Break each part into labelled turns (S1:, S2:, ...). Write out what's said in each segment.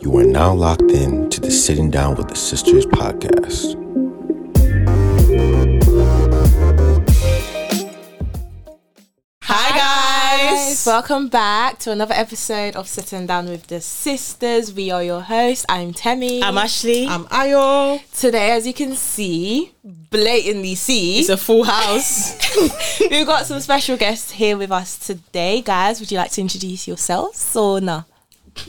S1: You are now locked in to the Sitting Down with the Sisters podcast.
S2: Hi guys.
S3: Welcome back to another episode of Sitting Down with the Sisters. We are your hosts. I'm Temi.
S2: I'm Ashley.
S4: I'm Ayo.
S3: Today, as you can see, blatantly see,
S2: it's a full house.
S3: we've got some special guests here with us today. Guys, would you like to introduce yourselves or no?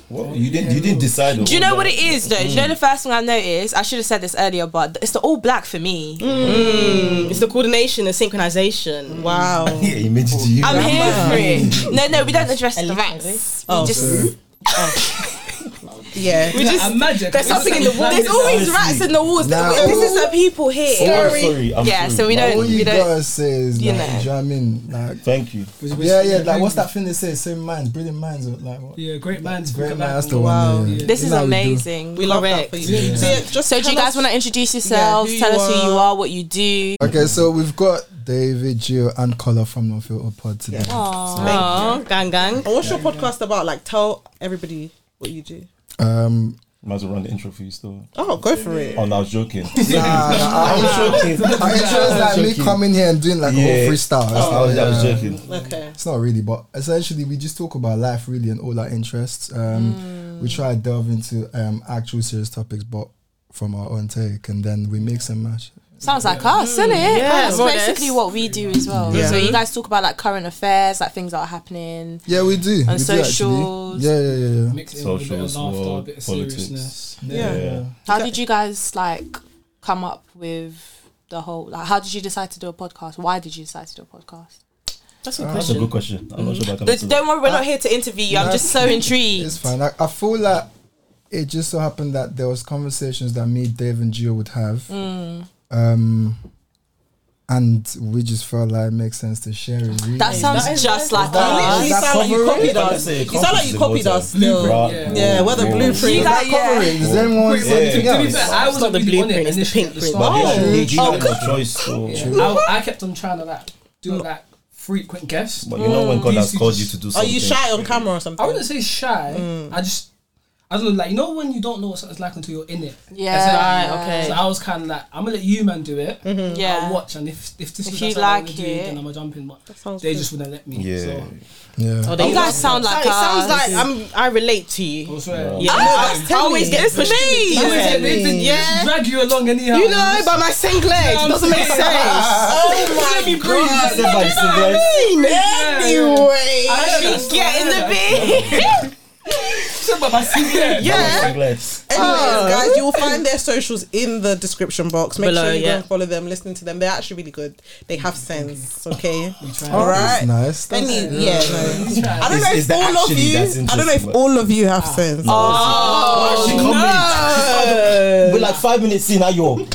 S5: Well, you didn't. You didn't decide. on
S3: Do you know
S5: that.
S3: what it is though? Do you know the first thing I noticed? I should have said this earlier, but it's the all black for me. Mm.
S2: it's the coordination and synchronization.
S4: Wow.
S5: Yeah, he mentioned to you.
S3: I'm here for it. No, no, we don't address the rats. We just,
S4: Yeah.
S3: we just,
S6: magic.
S3: there's something in the walls. There's
S5: Honestly.
S3: always rats in the walls.
S6: Nah.
S3: This is the people here.
S5: Oh, I'm sorry. I'm
S3: Yeah,
S5: sorry.
S3: so we
S5: Wow.
S3: don't.
S6: All
S3: we
S6: you
S3: don't.
S6: guys say is
S3: you
S6: like,
S3: know.
S6: do you know what I mean? Like,
S5: Thank you.
S6: yeah, yeah. Like, what's that thing they say? Same minds, brilliant minds, or like what?
S7: Yeah, great man's
S6: Great
S7: good
S6: man, that's the
S7: man.
S6: one.
S7: Wow.
S6: yeah, yeah.
S3: This
S6: You
S3: is
S6: know how we do.
S3: amazing.
S2: We love that for you.
S4: So yeah, just
S3: So, do you guys want to introduce yourselves?
S4: who
S3: tell
S4: you
S3: us who you
S4: are.
S3: are, what you do.
S6: Okay, so we've got David, Gio, and Color from No Filter Pod today.
S2: Oh, gang gang.
S4: And what's your podcast about? Like, tell everybody what you do.
S6: Um,
S5: Might as well run the intro for you still.
S4: Oh, go for it.
S5: Oh, no, I was joking.
S6: nah, nah, I-
S5: I was joking.
S6: I chose like me
S5: Joking.
S6: coming here and doing like a
S5: Yeah.
S6: whole freestyle. It's
S5: I was,
S6: not,
S5: I was
S6: Oh, yeah.
S5: joking.
S4: Okay.
S6: It's not really, but essentially we just talk about life really and all our interests. Um, We
S3: Mm.
S6: try to delve into um, actual serious topics, but from our own take, and then we mix and match.
S3: Sounds like us, isn't it?
S2: Yeah,
S3: That's
S2: more or
S3: basically
S2: less.
S3: what we do as well.
S4: Yeah.
S3: So you guys talk about like current affairs, like things that are happening.
S6: Yeah, we do. we
S3: On
S6: do, actually.
S3: socials.
S6: yeah, yeah, yeah, yeah.
S7: Mix it with a bit of
S5: Socials,
S7: laughter, a
S5: world,
S7: bit of seriousness.
S5: politics.
S4: Yeah.
S3: How did you guys like come up with the whole? Like, how did you decide to do a podcast? Why did you decide to do a podcast?
S2: That's a good
S5: That's a
S2: question.
S5: good question. I'm not sure about
S3: Don't
S5: that.
S3: don't worry, we're not here to interview you. I'm
S6: No.
S3: just so intrigued.
S6: It's fine. I, I feel like it just so happened that there was conversations that me, Dave, and Gio would have, um, and we just felt like it makes sense to share it. Really.
S3: That sounds
S2: That is
S3: just
S2: very
S3: like
S4: You literally
S3: us.
S5: If I say
S6: that cover it?
S4: sound like you copied us. You sound
S5: accomplices
S4: like you
S5: in
S4: copied
S5: water.
S4: us still.
S5: Bruh.
S4: Yeah, we're the
S5: Bruh.
S4: blueprint.
S3: You guys-
S6: That cover it. Is anyone
S7: Wait,
S6: say
S7: wait,
S6: anything
S7: to be
S6: else?
S7: fair, I was
S2: not the
S7: really on it
S2: blueprint, it's the
S7: initially at
S2: pink print.
S7: start.
S5: Yeah,
S4: Oh.
S5: you- you had no choice. So,
S6: Oh.
S7: I, I kept on trying to like do like frequent guests.
S5: but you know when God
S7: These
S5: has
S7: two
S5: called you
S7: just-
S5: to do
S4: Are
S5: something.
S4: Oh, you shy on camera or
S7: I
S4: something?
S7: wouldn't say shy.
S2: Mm.
S7: I just I don't know, like you know when you don't know what something's like until you're in it.
S3: Yeah.
S7: That's it.
S3: Right, okay.
S7: So I was kind of like, I'm gonna let you man do it.
S2: Mm-hmm.
S4: uh,
S3: Yeah.
S7: I'll watch, and if if this
S3: If
S7: is
S3: you
S7: what I
S3: like
S7: want to do,
S3: it.
S7: then I'm gonna jump in. But
S4: sounds
S7: they
S4: good.
S7: just wouldn't let me.
S5: Yeah.
S7: So,
S6: Yeah.
S3: You guys sound like
S4: it
S3: us.
S4: sounds like I'm. I relate to you.
S7: I swear.
S4: Yeah,
S3: Ah,
S4: I always get
S3: it's
S4: pushed.
S3: me.
S7: They just- they just
S4: Yeah.
S7: drag you along anyhow.
S4: You know, by my single legs,
S7: I'm
S4: doesn't make
S7: saying.
S4: sense. Oh my god!
S5: Say by cigarettes.
S4: Anyway,
S7: I heard that story.
S3: Get in the bed.
S5: By
S4: yeah.
S5: cigarettes.
S4: Anyways,
S3: Oh.
S4: guys, you'll find their socials in the description box. Make
S2: Below,
S4: sure you go
S2: yeah.
S4: and follow them, listen to them. They're actually really good. They have sense, okay?
S6: Oh,
S4: All
S6: that's
S4: right.
S6: nice. That's
S4: Any,
S6: good.
S4: yeah, no. I don't
S5: It's-
S4: know
S5: it's
S4: if
S5: the
S4: all of
S5: actually
S4: you.
S5: that's
S4: I don't know if
S5: interesting, but-
S4: all of you have sense.
S5: Oh, she We're like five minutes in, are you?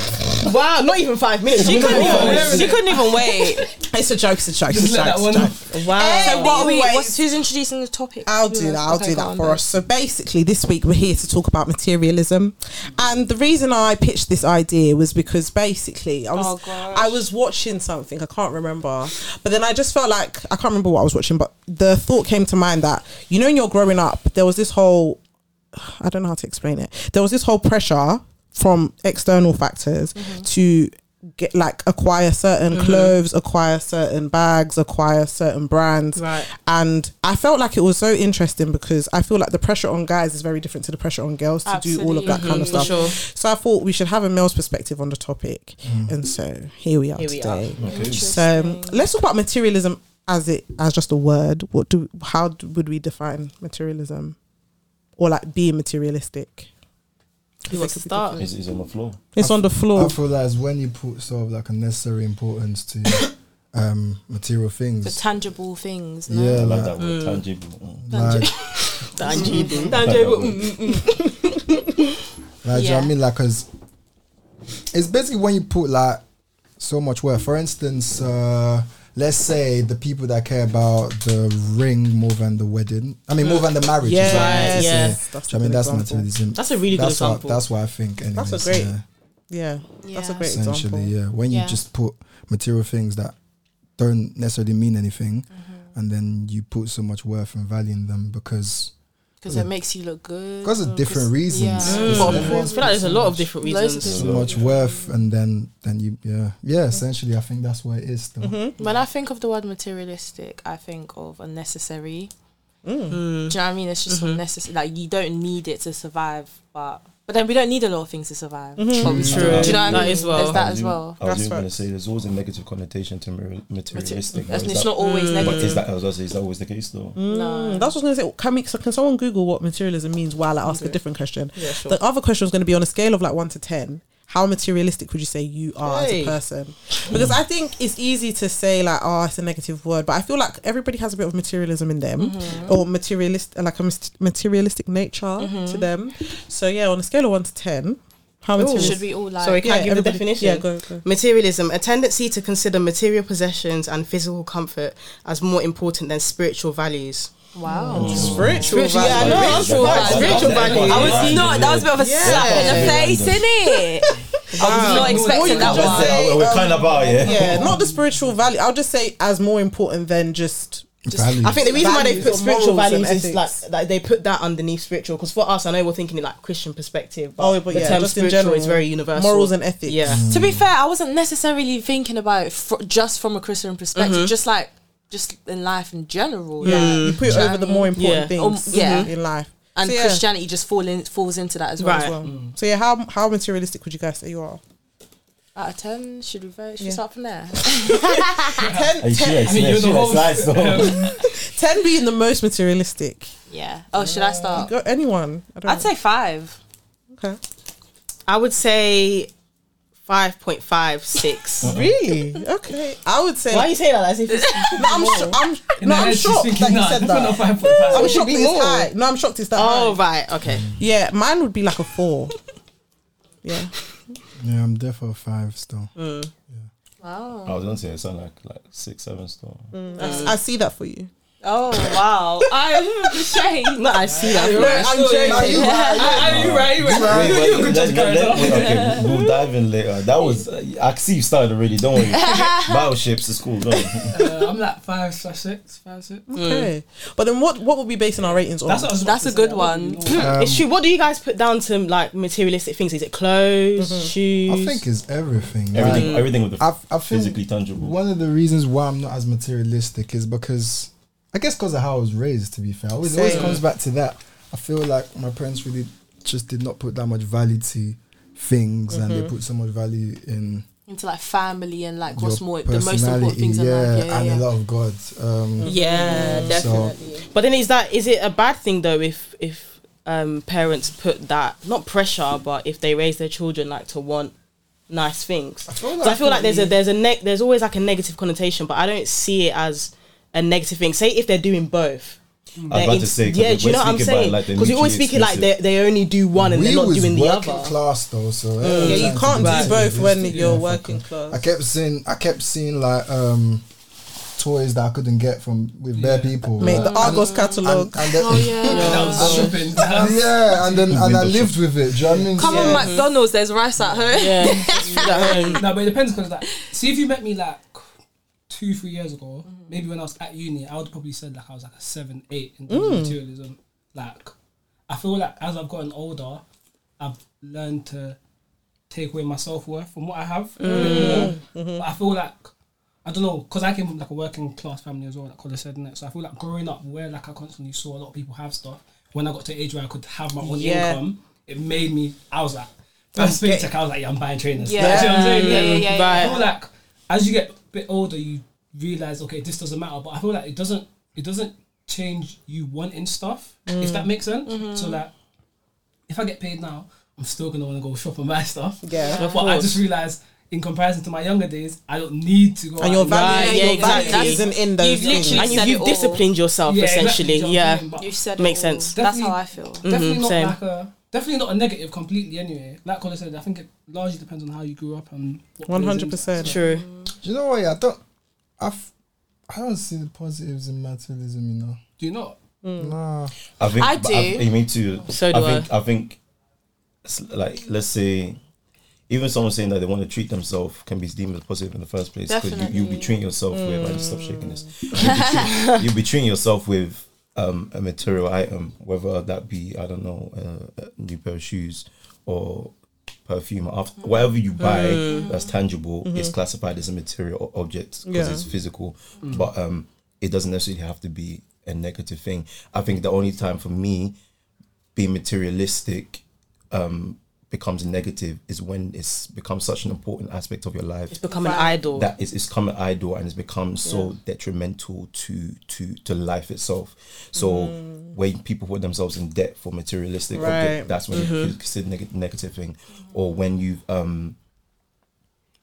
S4: wow, not even five minutes.
S3: She
S4: You
S3: couldn't,
S4: couldn't even-
S3: even, she couldn't even wait.
S4: It's a joke. It's a joke. It's a
S7: let that
S4: joke. It's a
S7: one
S4: joke.
S2: Wow.
S3: So what are we?
S4: Anyways.
S3: What's, who's introducing the topic?
S4: I'll do that. I'll
S3: Okay,
S4: do
S3: go on
S4: that for
S3: then.
S4: us. So basically, this week we're here to talk about materialism, and the reason I pitched this idea was because basically I was
S3: Oh, gosh.
S4: I was watching something I can't remember, but then I just felt like I can't remember what I was watching, but the thought came to mind that you know when you're growing up, there was this whole I don't know how to explain it. There was this whole pressure from external factors
S3: Mm-hmm.
S4: to get like acquire certain clothes, acquire certain bags, acquire certain brands.
S2: Right.
S4: And I felt like it was so interesting because I feel like the pressure on guys is very different to the pressure on girls to do all of that kind of
S3: Absolutely.
S4: stuff.
S2: Mm-hmm. Sure.
S4: So I thought we should have a male's perspective on the topic.
S6: Mm.
S4: And so here we are
S2: Here we are.
S4: today.
S5: Okay.
S4: So um, let's talk about materialism as it as just a word. What do how d- would we define materialism? Or like being materialistic?
S2: Who wants to start?
S5: Is is on the floor?
S4: It's on the floor.
S6: I feel like it's when you put sort of like a necessary importance to um, material
S3: The
S6: things.
S3: tangible things. No?
S6: Yeah,
S5: I like
S6: like,
S5: that word. Tangible. Mm.
S6: like
S3: Mm-hmm. Tangible. Mm-hmm.
S6: Like, do you know what
S3: Yeah.
S6: I mean? Like, cause it's basically when you put like so much work. For instance, uh, let's say the people that care about the ring more than the wedding. I mean, more than the marriage. is what I meant to
S4: Yeah,
S2: yes.
S6: say.
S4: That's
S6: Do you know what I mean, that's
S4: example.
S6: materialism.
S2: That's a really good
S6: That's what,
S2: example.
S6: that's what I think. Anyways,
S4: great
S6: yeah,
S4: Yeah, that's a
S3: Yeah.
S4: great
S6: essentially,
S4: example.
S6: yeah. When
S3: Yeah.
S6: you just put material things that don't necessarily mean anything, and then you put so much worth and value in them because
S3: because it makes you look good.
S6: Because of different reasons.
S3: Yeah.
S6: It's
S2: Mm.
S6: everyone-
S2: I feel like there's a lot of different
S3: Loads of
S2: reasons.
S6: so
S3: different-
S6: much worth, and then then you yeah yeah. Essentially, I think that's where it is. Though.
S3: When I think of the word materialistic, I think of unnecessary.
S4: Mm.
S3: Do you
S2: Hmm.
S3: know what I mean? It's just
S6: Mm-hmm.
S3: unnecessary. Like you don't need it to survive, but but then we don't need a lot of things to survive. But we still-
S2: Mm-hmm. True.
S3: Do you know what
S2: That
S6: Mm.
S3: I mean?
S2: as well.
S3: There's
S5: I
S3: that
S5: was
S3: as
S5: even-
S3: well.
S5: I was
S4: That's
S5: even going to
S4: facts.
S5: say there's always a negative connotation to mar- materialistic.
S3: That's-
S5: but is
S3: it's
S5: that-
S3: not Mm. always
S6: Mm.
S5: But
S3: negative.
S5: is that, I was gonna say, is that always the case though?
S3: No.
S4: Mm,
S2: Mm,
S4: That's what I was gonna say. Can, we, so can someone Google what materialism means while I ask a different question?
S2: Yeah, sure.
S4: The other question was going to be on a scale of like one to ten. How materialistic would you say you are
S2: Hey.
S4: as a person? Because I think it's easy to say like, oh, it's a negative word, but I feel like everybody has a bit of materialism in them,
S2: Mm-hmm.
S4: or materialist, like a mis- materialistic nature to them. So yeah, on a scale of one to ten, how materialistic?
S3: Should we all like?
S2: Sorry, can I give the
S4: everybody-
S2: definition?
S4: Yeah, go go.
S2: Materialism, a tendency to consider material possessions and physical comfort as more important than spiritual values.
S3: Wow.
S4: Spiritual,
S2: yeah, I know, I'm
S5: Spiritual
S2: surprised.
S5: values.
S2: Spiritual values.
S5: I
S8: I was not. That was a bit of a slap in the face, innit? I was not expecting that
S4: just
S8: one.
S4: say,
S5: We're
S4: um,
S5: kind of out, yeah.
S4: yeah, not the spiritual value. I'll just say as more important than just
S6: Values.
S2: I think the reason why they
S4: Values
S2: put
S4: or
S2: spiritual
S4: morals and
S2: values is like
S4: ethics.
S2: like they put that underneath spiritual. Because for us, I know we're thinking in like Christian perspective, but,
S4: Oh, but
S2: the
S4: yeah,
S2: term
S4: just in
S2: spiritual
S4: general,
S2: is very universal.
S4: morals and ethics.
S2: Yeah,
S3: To be fair, I wasn't necessarily thinking about it fr- just from a Christian perspective,
S2: Mm-hmm.
S3: just like just in life in general. like,
S2: Mm.
S4: you put it over the more important
S2: Yeah.
S4: things
S3: Um, yeah.
S4: in life.
S3: and
S4: so, yeah.
S3: Christianity just fall in, falls into that as well.
S2: Right.
S4: Well, So yeah, how how materialistic would you guys say you are?
S3: Out of ten, should we vote? Should we
S4: Yeah.
S3: start from there?
S5: Hey, she likes-
S7: mean,
S5: yeah,
S7: you're
S5: she
S7: the
S5: likes lies,
S7: host.
S5: though.
S4: Ten being the most materialistic.
S3: yeah. Oh, should I start?
S4: Go anyone? I don't
S3: I'd say five.
S4: know. okay.
S2: I would say five point five six.
S4: Really? Okay. I would say.
S2: Why you say that? As if it's
S4: No, I'm, sho- I'm,
S7: In
S4: no,
S7: her
S4: I'm
S7: head, she's
S4: shocked
S7: thinking,
S4: that you
S7: nah,
S4: said
S7: we're not
S4: that.
S7: five point five.
S4: I'm
S2: It should
S4: shocked
S2: be
S4: it's
S2: more.
S4: high. No, I'm shocked it's that
S2: oh
S4: high.
S2: right, okay.
S4: Yeah, mine would be like a four. Yeah.
S6: Yeah, I'm there for a five still.
S3: Wow.
S5: I was gonna say it sounded like like six, seven still.
S4: I see that for you.
S3: Oh wow. I'm ashamed.
S2: No, I see that.
S4: I'm joking.
S7: Are you right? You right?
S5: Wait,
S7: You- you could
S5: but let-
S7: just
S5: let-
S7: carry
S5: let-
S7: on.
S5: wait, okay, we'll dive in later. That was uh, I see you started already. Don't worry. Battleships is cool. Don't worry.
S7: Uh, I'm like five slash six, five six.
S4: Okay. But then what what would be basing our ratings on?
S7: That's what I was about
S3: That's
S7: to
S3: a
S7: say.
S3: good
S7: I wouldn't
S3: one.
S7: know.
S6: Um,
S2: It's true. What do you guys put down to like materialistic things? Is it clothes,
S6: I
S2: shoes?
S6: think it's everything. like-
S5: Everything, everything with the
S2: Um,
S6: I, I think
S5: physically tangible.
S6: One of the reasons why I'm not as materialistic is because I guess because of how I was raised. To be fair, it always, it always
S4: Same.
S6: comes back to that. I feel like my parents really just did not put that much value to things, and they put so much value in
S3: Into like family and like
S6: your
S3: what's more the most important
S6: personality,
S3: things in
S6: yeah,
S3: life. Yeah,
S6: and
S3: yeah,
S6: the
S3: yeah.
S6: love of God. Um,
S2: yeah, Mm. definitely. But then is that is it a bad thing though if if um, parents put that not pressure but if they raise their children like to want nice things? 'Cause I feel like, there's a there's a ne- there's always like a negative connotation, but I don't see it as a negative thing. Say if they're doing
S5: I was
S2: both. they're
S5: about to
S2: ex-
S5: say, 'cause
S2: yeah,
S5: we're
S2: do you know what I'm
S5: speaking about,
S2: saying?
S5: like, they're
S2: Because we always
S5: mutually
S2: speak it like they they only do one and
S6: we
S2: they're not
S6: was
S2: doing the
S6: working
S2: other.
S6: class though, so
S4: Yeah,
S6: every
S4: you
S6: time
S4: can't
S6: did
S4: do both
S6: this,
S4: when
S6: did
S4: you're
S6: that.
S4: working class.
S6: I kept seeing, I kept seeing like um, toys that I couldn't get from with bare people.
S4: Mate, the
S6: like,
S4: Argos
S6: and,
S4: catalogue.
S6: and then-
S3: Oh yeah.
S7: That was shopping.
S6: yeah, and then and I lived with it. Do you know what I mean?
S3: Oh, Come
S6: So-
S3: on, McDonald's. There's rice at home.
S2: Yeah, it's at home.
S7: no, but it depends because like, see if you met me like two, three years ago, maybe when I was at uni, I would probably said like I was like a seven, eight in terms of materialism. Like, I feel like as I've gotten older, I've learned to take away my self worth from what I have. a bit more. But I feel like I don't know because I came from like a working class family as well, like Colin said, innit? so I feel like growing up where like I constantly saw a lot of people have stuff. When I got to an age where I could have my own
S4: Yeah.
S7: income, it made me. I was like, first
S4: Okay.
S7: paycheck, I was like, yeah, I'm buying trainers.
S3: Yeah.
S7: Like, do you know what I'm saying?
S4: Mm.
S3: Yeah, yeah, yeah, yeah.
S7: I feel like as you get a bit older, you realize okay, this doesn't matter. But I feel like it doesn't. It doesn't change you wanting stuff. If
S4: Mm.
S7: that makes sense. So like, if I get paid now, I'm still gonna want to go shop and buy stuff.
S4: Yeah,
S7: But I just realized, in comparison to my younger days, I don't need to go.
S4: and your
S7: out
S4: value,
S2: Right, yeah,
S4: your
S2: exactly.
S4: value isn't in those
S3: You've literally
S4: things.
S3: said
S2: and you,
S3: it
S2: have
S3: all.
S2: disciplined yourself
S7: Yeah, exactly,
S2: essentially.
S7: do you know what
S2: yeah,
S7: I mean? But
S3: You said it
S2: Makes
S3: all.
S2: sense.
S3: That's
S7: Definitely-
S3: how I feel.
S4: Mm-hmm,
S7: Definitely
S2: Mhm,
S7: not
S2: same.
S7: like a. Definitely not a negative completely anyway. Like Colin said, I think it largely depends on how you grew up and what
S4: One
S7: goes
S4: hundred
S7: into it.
S4: percent.
S2: true.
S6: Do you know what? Yeah, I don't. I've, I don't see the positives in materialism. You know.
S7: Do you not?
S6: Nah.
S5: I think
S3: I
S5: but I,
S3: do.
S5: I mean too.
S2: So
S5: I
S2: do
S5: think I think s- like let's say even someone saying that they want to treat themselves can be deemed as positive in the first place because you, you'll be
S3: Definitely.
S5: treating yourself with. I just stop shaking this. You'll be, treat- you'll be treating yourself with um, a material item, whether that be I don't know uh, a new pair of shoes or perfume, after, whatever you buy that's tangible is classified as a material o- object because
S4: Yeah.
S5: it's physical, but um, it doesn't necessarily have to be a negative thing. I think the only time for me being materialistic um, becomes negative is when it's become such an important aspect of your life
S2: It's become an idol.
S5: that is it's become an idol and it's become so detrimental to to to life itself so when people put themselves in debt for materialistic object,
S4: Mm. Right. Mm-hmm.
S5: that's when you consider neg- negative thing or when you've um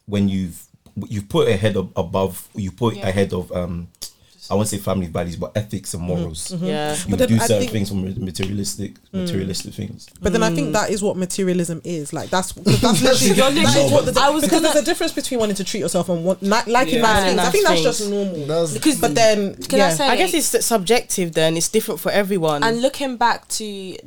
S5: when you've you've put ahead of above you put ahead of um I won't say family values, but ethics and morals.
S4: Mm-hmm.
S2: yeah.
S5: You
S4: then
S5: do
S4: I
S5: certain
S4: think- Mm.
S5: things from materialistic, materialistic things.
S4: But then I think that is what materialism is. Like that's that's literally,
S3: Mm. You're
S4: that
S3: literally-
S4: is what the,
S3: I was
S4: because
S3: gonna-
S4: there's a difference between wanting to treat yourself and want, like, liking
S7: Yeah.
S4: nice
S2: Yeah,
S4: things. I
S2: nice
S4: think that's
S2: things.
S4: just normal.
S6: That's-
S4: Because but then
S3: Can
S4: yeah.
S3: I say?
S2: I guess it's subjective. Then it's different for everyone.
S3: And looking back to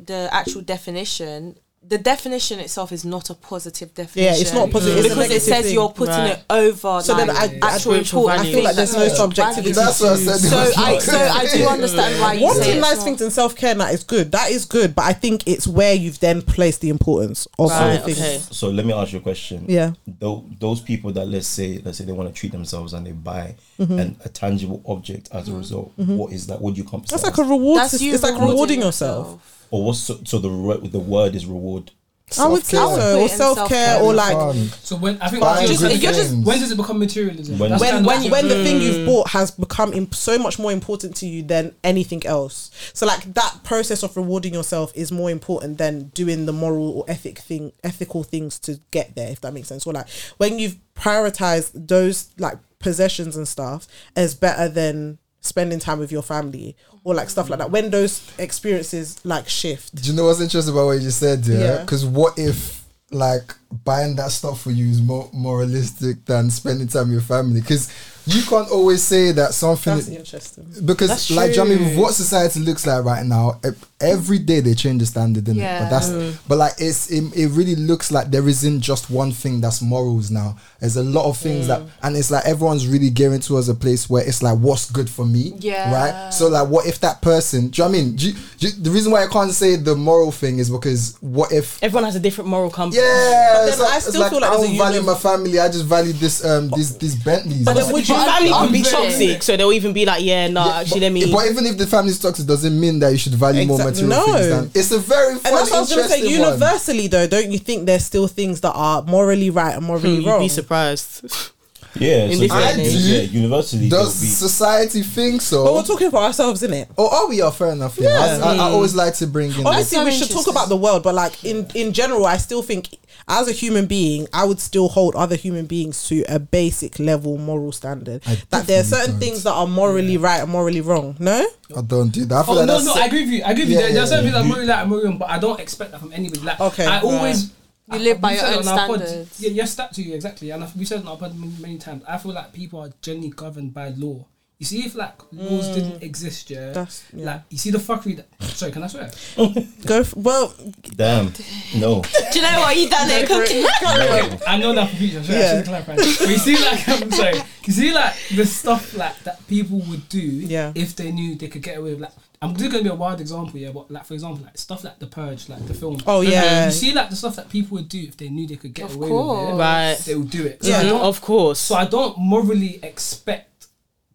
S3: the actual definition, the definition itself is not a positive definition.
S4: yeah, it's not positive it's a
S3: because it
S4: negative
S3: says
S4: thing.
S3: you're putting
S2: Right.
S3: it over
S4: So
S3: like,
S4: then I- I-
S3: actual
S2: Spiritual
S3: important.
S2: value.
S4: I feel like there's no
S3: things.
S4: subjectivity.
S6: That's what I said.
S3: So
S6: It was
S3: I
S6: not-
S3: so I do understand why you say
S4: Wanting
S3: it's
S4: nice
S3: not.
S4: things and self care that is good. That is good, but I think it's where you've then placed the importance of
S2: Right,
S4: other things.
S2: okay.
S5: So let me ask you a question.
S4: Yeah.
S5: Tho- those people that let's say let's say they want to treat themselves and they buy
S4: Mm-hmm.
S5: an, a tangible object as a result. what is that? What do you compensate?
S4: That's like a reward.
S3: That's
S4: system.
S3: you
S4: It's like rewarding yourself.
S5: or what's so, so the re- the word is reward.
S4: I would say
S6: Self-care.
S4: so,
S3: Put it
S4: or
S3: in
S4: self care,
S3: self-care.
S4: or like
S6: Fun.
S7: So when I think
S6: Buying
S7: just,
S6: good
S7: you're just
S6: things.
S7: when does it become materialism?
S5: When-
S7: That's
S4: when
S7: kind of
S4: when
S7: like-
S4: when the thing
S2: Mm.
S4: you've bought has become imp- so much more important to you than anything else. So like that process of rewarding yourself is more important than doing the moral or ethic thing, ethical things to get there. If that makes sense, or like when you've prioritized those like possessions and stuff as better than spending time with your family or like stuff like that. When those experiences like shift,
S6: Do you know what's interesting about what you just said? Yeah.
S4: Yeah.
S6: Because what if like buying that stuff for you is more moralistic than spending time with your family? Because you can't always say that something
S4: that's interesting.
S6: because
S2: That's
S6: like do you know what I mean
S2: true.
S6: what society looks like right now e- every day they change the standard in it but
S3: Yeah.
S6: that's but like it's it, it really looks like there isn't just one thing that's morals now there's a lot of things that
S4: Mm.
S6: and it's like everyone's really gearing towards a place where it's like what's good for me
S3: Yeah.
S6: right so like what if that person do you know what I mean do you, do you- the reason why I can't say the moral thing is because what if
S2: everyone has a different moral compass.
S6: yeah,
S4: then
S6: it's like,
S4: I
S6: it's
S4: still
S6: like
S4: feel like
S6: I
S4: there's a
S6: don't value
S4: universal-
S6: my family. I just value this um these these Bentleys.
S4: But
S6: That's-
S4: then would you?
S2: But family
S3: I'm
S2: could be
S3: very-
S2: toxic, so they'll even be like, "Yeah, no, Uh, actually, let me."
S6: But even if the family is toxic, doesn't mean that you should value more
S4: Exact-
S6: material
S4: no.
S6: things. Than, it's a very fun,
S4: And that's what I was going to say.
S6: interesting one.
S4: Universally, though, don't you think there's still things that are morally right and morally
S2: Hmm, You'd
S4: wrong?
S2: be surprised.
S5: Yeah,
S2: In Mm-hmm.
S5: so
S2: this
S5: yeah,
S2: day and
S6: age.
S5: yeah, university
S6: Does
S5: will
S6: society think
S4: But we're
S6: so?
S4: talking for ourselves, isn't it?
S6: Oh, are we are fair enough. Yeah, I- I, I always like to bring in.
S4: Obviously,
S3: so
S4: we should talk
S3: interesting.
S4: about the world, but like in in general, I still think as a human being, I would still hold other human beings to a basic level moral standard.
S6: I
S4: That there are
S6: definitely
S4: certain
S6: don't.
S4: things that are morally right and morally wrong. No,
S6: I don't do that. I feel
S7: Oh
S6: like
S7: no,
S6: that's
S7: no, I agree with you. I agree with
S6: Yeah,
S7: you. There, there are
S6: yeah,
S7: certain people
S5: yeah.
S7: that really like Miriam, but I don't expect that from anybody. Like,
S4: Okay,
S7: I
S4: right.
S7: always
S3: You
S7: I-
S3: live
S7: we
S3: by your
S7: said it
S3: own
S7: on our pod.
S3: standards.
S7: Yeah, yes, that to you exactly. And I've- we've said it on our pod many, many times. I feel like people are generally governed by law. You see, if like laws
S3: Mm.
S7: didn't exist, yeah,
S4: That's- yeah.
S7: like you see the fuckery. That, sorry, can I swear?
S4: go f- well.
S5: be damn no.
S3: Do you know what you done it? cookie?
S5: no.
S7: I know that for future. Sorry,
S4: Yeah.
S7: I should clarify. But you see, like, I'm sorry. You see, like the stuff like that people would do
S4: Yeah.
S7: if they knew they could get away with. Like, I'm just gonna be a wild example, yeah. But like, for example, like stuff like The Purge, like the film.
S4: Oh,
S7: Like,
S4: yeah.
S7: you see, like the stuff that people would do if they knew they could get
S3: Of
S7: away with
S3: course.
S7: it.
S2: Right.
S7: They would do it. So I
S2: Mhm,
S7: don't-
S2: of course.
S7: so I don't morally expect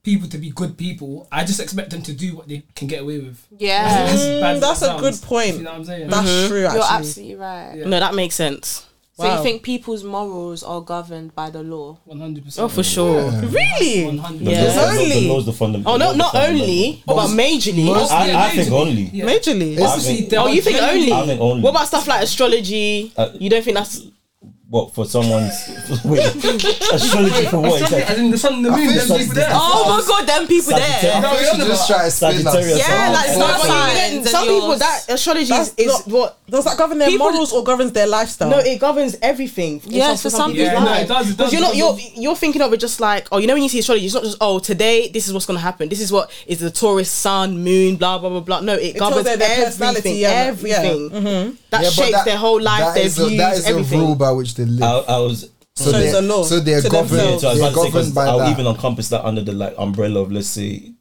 S7: people to be good people. I just expect them to do what they can get away with.
S3: Yeah.
S7: As bad as
S4: Mm, that's
S7: it
S4: a good
S7: sounds,
S4: point.
S7: You know what I'm saying?
S4: That's true. Actually,
S3: You're absolutely right.
S7: Yeah.
S2: no, that makes sense.
S3: So
S4: Wow.
S3: you think people's morals are governed by the law?
S7: 100%.
S2: Oh, for sure.
S4: really.
S7: 100%.
S2: Yeah.
S5: The, laws- the,
S4: Only.
S5: laws, the fundamental.
S2: Oh no, not only, but majorly.
S5: I, I think
S7: Majorly.
S5: only.
S7: Yeah.
S4: Majorly,
S6: It's-
S7: Obviously, there
S2: Oh,
S7: are
S2: you think
S7: genuinely-
S2: only?
S5: I think only.
S2: What about stuff like astrology?
S5: Uh,
S2: you don't think that's
S5: What for someone's wait astrology for what
S7: As
S5: exactly?
S7: in the sun and the moon,
S6: think
S7: them people there.
S3: Oh my god, them people
S5: Sagittarius.
S3: there.
S6: I think you just try to spin us.
S5: Sagittarius.
S3: Yeah, like
S5: Oh,
S3: sun
S5: boy.
S3: signs. and
S2: some
S3: yours.
S2: people that astrology
S4: That's
S2: is, is
S4: not-
S2: what
S4: does that govern their
S2: People-
S4: morals or governs their lifestyle?
S2: no, it governs everything.
S3: Yeah,
S2: It's
S3: for
S2: also
S3: some
S2: people's
S3: people- Yeah, no,
S2: lives.
S7: it does, it does,
S2: you're
S7: it
S2: not you're
S7: does.
S2: you're thinking of it just like oh you know when you see astrology it's not just oh today this is what's gonna happen this is what is the Taurus sun moon blah blah blah blah no it,
S4: tells
S2: governs
S4: their- their personality,
S2: everything
S4: yeah, yeah.
S2: everything that
S6: Yeah, but
S2: shapes
S6: that-
S2: their whole life
S6: that
S2: their
S6: is a-
S2: views
S6: That is
S2: everything.
S6: a rule by which they
S5: I,
S6: live.
S5: I was
S6: So,
S4: it's a
S6: they're,
S4: law
S6: so they're
S4: to
S6: governed.
S4: themselves.
S5: So I was
S6: they're
S5: about to say, 'cause
S6: governed by
S5: I'll
S6: that.
S5: even encompass that under the like umbrella of let's say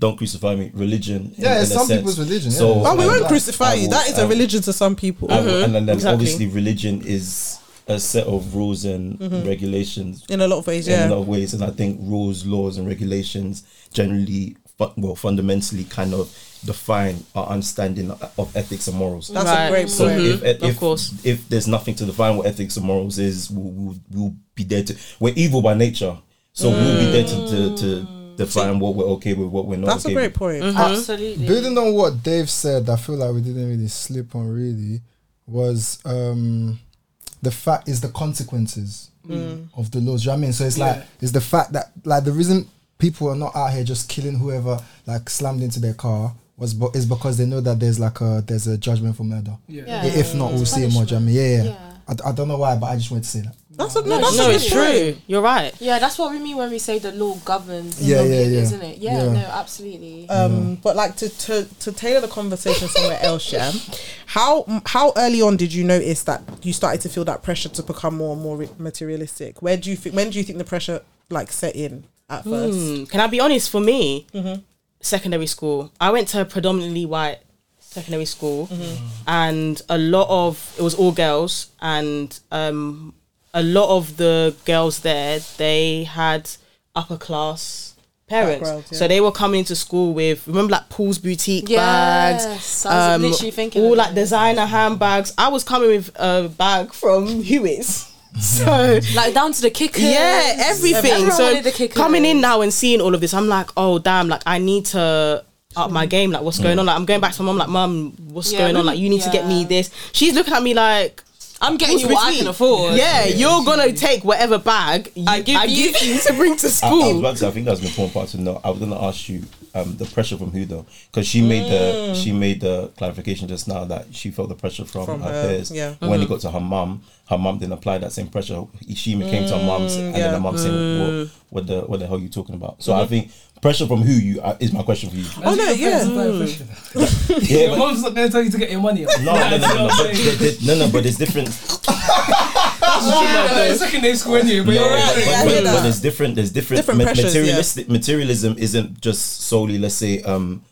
S5: don't crucify me. Religion. in-
S6: Yeah,
S5: in
S6: it's
S5: a
S6: some
S5: sense.
S6: people's religion, yeah.
S5: So,
S6: Oh,
S4: But we
S5: um,
S4: won't
S6: I
S4: crucify you.
S5: will-
S4: That is
S5: I
S4: a
S5: will-
S4: religious to some people.
S5: I will- and then
S2: exactly.
S5: obviously religion is a set of rules and regulations
S4: In a lot of ways,
S5: in a lot
S4: Mm-hmm. yeah.
S5: of ways, and I think rules, laws, and regulations generally, fu- well, fundamentally, kind of define our understanding of ethics and morals.
S4: That's
S2: Right.
S4: a great
S5: So
S4: point.
S5: if, if,
S2: Of course.
S5: if there's nothing to define what ethics and morals is, we'll, we'll, we'll be there to. We're evil by nature, so we'll be there to, to, to define what we're okay with, what we're not.
S4: Mm. That's
S5: okay
S4: a great
S5: with.
S4: point.
S3: Mm-hmm. Absolutely.
S6: Building on what Dave said, I feel like we didn't really slip on really was um the fact is the consequences
S3: Mm.
S6: of the laws. Do you know what I mean? So it's like it's the fact that like the reason people are not out here just killing whoever like slammed into their car was but is because they know that there's like a there's a judgment for murder.
S7: Yeah.
S3: Yeah.
S6: If not, we'll see it more. Do you know what I mean? Yeah, yeah. I, I don't know why, but I just wanted to say that.
S4: That's a, no, that's
S2: No,
S4: a
S2: it's
S4: good point.
S2: true. You're right.
S3: Yeah, that's what we mean when we say the law governs.
S6: Yeah, yeah, yeah.
S3: Isn't it? Yeah,
S6: Yeah.
S3: no, absolutely.
S6: Mm.
S4: Um, but like to, to to tailor the conversation somewhere else, yeah. How how early on did you notice that you started to feel that pressure to become more and more re- materialistic? Where do you think when do you think the pressure like set in at first?
S2: Mm, Can I be honest? For me,
S3: Mm-hmm.
S2: secondary school, I went to a predominantly white secondary school,
S3: Mm-hmm.
S2: and a lot of it was all girls, and um, a lot of the girls there they had upper class parents,
S4: Background, yeah.
S2: so they were coming into school with remember like Paul's boutique bags, um,
S3: Yes, I was literally thinking
S2: all
S3: of
S2: like
S3: it.
S2: designer handbags. I was coming with a bag from Hewitt's. So
S3: like down to the kicker.
S2: yeah, everything.
S3: Everyone
S2: So
S3: wanted the kickers.
S2: coming in now and seeing all of this, I'm like, oh damn! Like I need to up my game. Like what's going on? Like I'm going back to my mom. Like mum, what's
S3: Yeah,
S2: going on?
S3: we-
S2: Like you need to get me
S3: yeah.
S2: this. She's looking at me like.
S3: I'm getting you
S2: "Who's
S3: what I
S2: with
S3: can
S2: me?"
S3: afford.
S2: Yeah, you're gonna take whatever bag you, I, give,
S3: give you.
S2: you to bring to
S5: I, I was
S2: school.
S5: about to say, I think that's an important part to know. I was going to ask you um, the pressure from who though, because she made the she made the clarification just now that she felt the pressure from,
S4: Mm. From
S5: her,
S4: her,
S5: peers.
S4: yeah. Mm-hmm.
S5: When it got to her mum, her mum didn't apply that same pressure. She came to her mum's, and then
S4: Mm, yeah. Mm. Mm-hmm.
S5: her mum saying, what, "What the what the hell are you talking about?" So I think pressure from who you uh, is my question for you.
S4: Oh no, yeah.
S5: Yeah,
S7: Your
S5: but-
S7: mom's not going to tell you to get your money up.
S5: No, no, no, no, no, but, but, but, no, no, but there's different.
S7: It's secondary school anyway. But
S5: No,
S7: you're right.
S5: but,
S4: yeah, I
S5: but-
S4: hear
S5: but
S4: that.
S5: there's different. There's different.
S4: Different
S5: ma-
S4: pressures, yeah.
S5: materialistic materialism isn't just solely, let's say, um,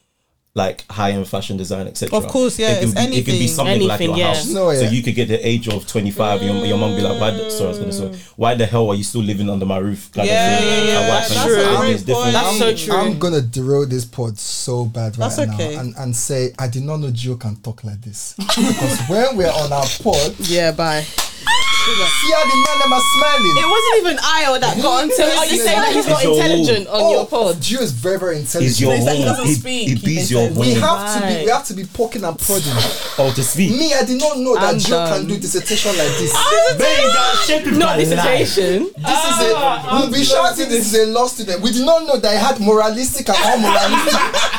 S5: like high end fashion design, etc.
S4: Of course, yeah,
S5: It can,
S4: it's
S5: be, it can be
S4: anything.
S5: something like your
S2: Anything, yeah.
S5: house.
S6: No,
S5: So
S6: yeah.
S5: you could get the age of 25, your, your mum be like, why the, sorry, I was gonna say, why the hell are you still living under my roof? Kind
S4: Yeah,
S5: of thing.
S4: yeah,
S5: And
S4: yeah,
S5: why
S4: that's
S5: can't
S4: true.
S5: you- I think
S4: That's
S5: there's different-
S2: That's so true.
S6: I'm gonna derail this pod so bad right
S4: That's okay.
S6: now and, and say I did not know Gio can talk like this. because when we're on our pod,
S4: Yeah, bye.
S6: see how the man them are smiling.
S3: It wasn't even I or that got onto
S2: Are you saying that he's not
S5: It's your
S2: intelligent on your pod?
S6: Oh, Gio is very, very
S5: Is
S6: intelligent.
S5: your
S4: He doesn't
S5: home? He,
S4: speak,
S5: he
S4: he
S5: beats
S4: just
S5: your
S4: says-
S5: home.
S6: we have to be
S2: Right.
S6: we have to be poking and prodding.
S5: Oh, to speak.
S6: Me, I did not know that
S2: I'm
S6: Gio
S2: done.
S6: can do dissertation like this.
S5: Man, you are shaping
S2: Not
S5: my life.
S2: dissertation.
S6: This is a we'll be shouting this is a law student. We did not know that I had moralistic and unmoralistic.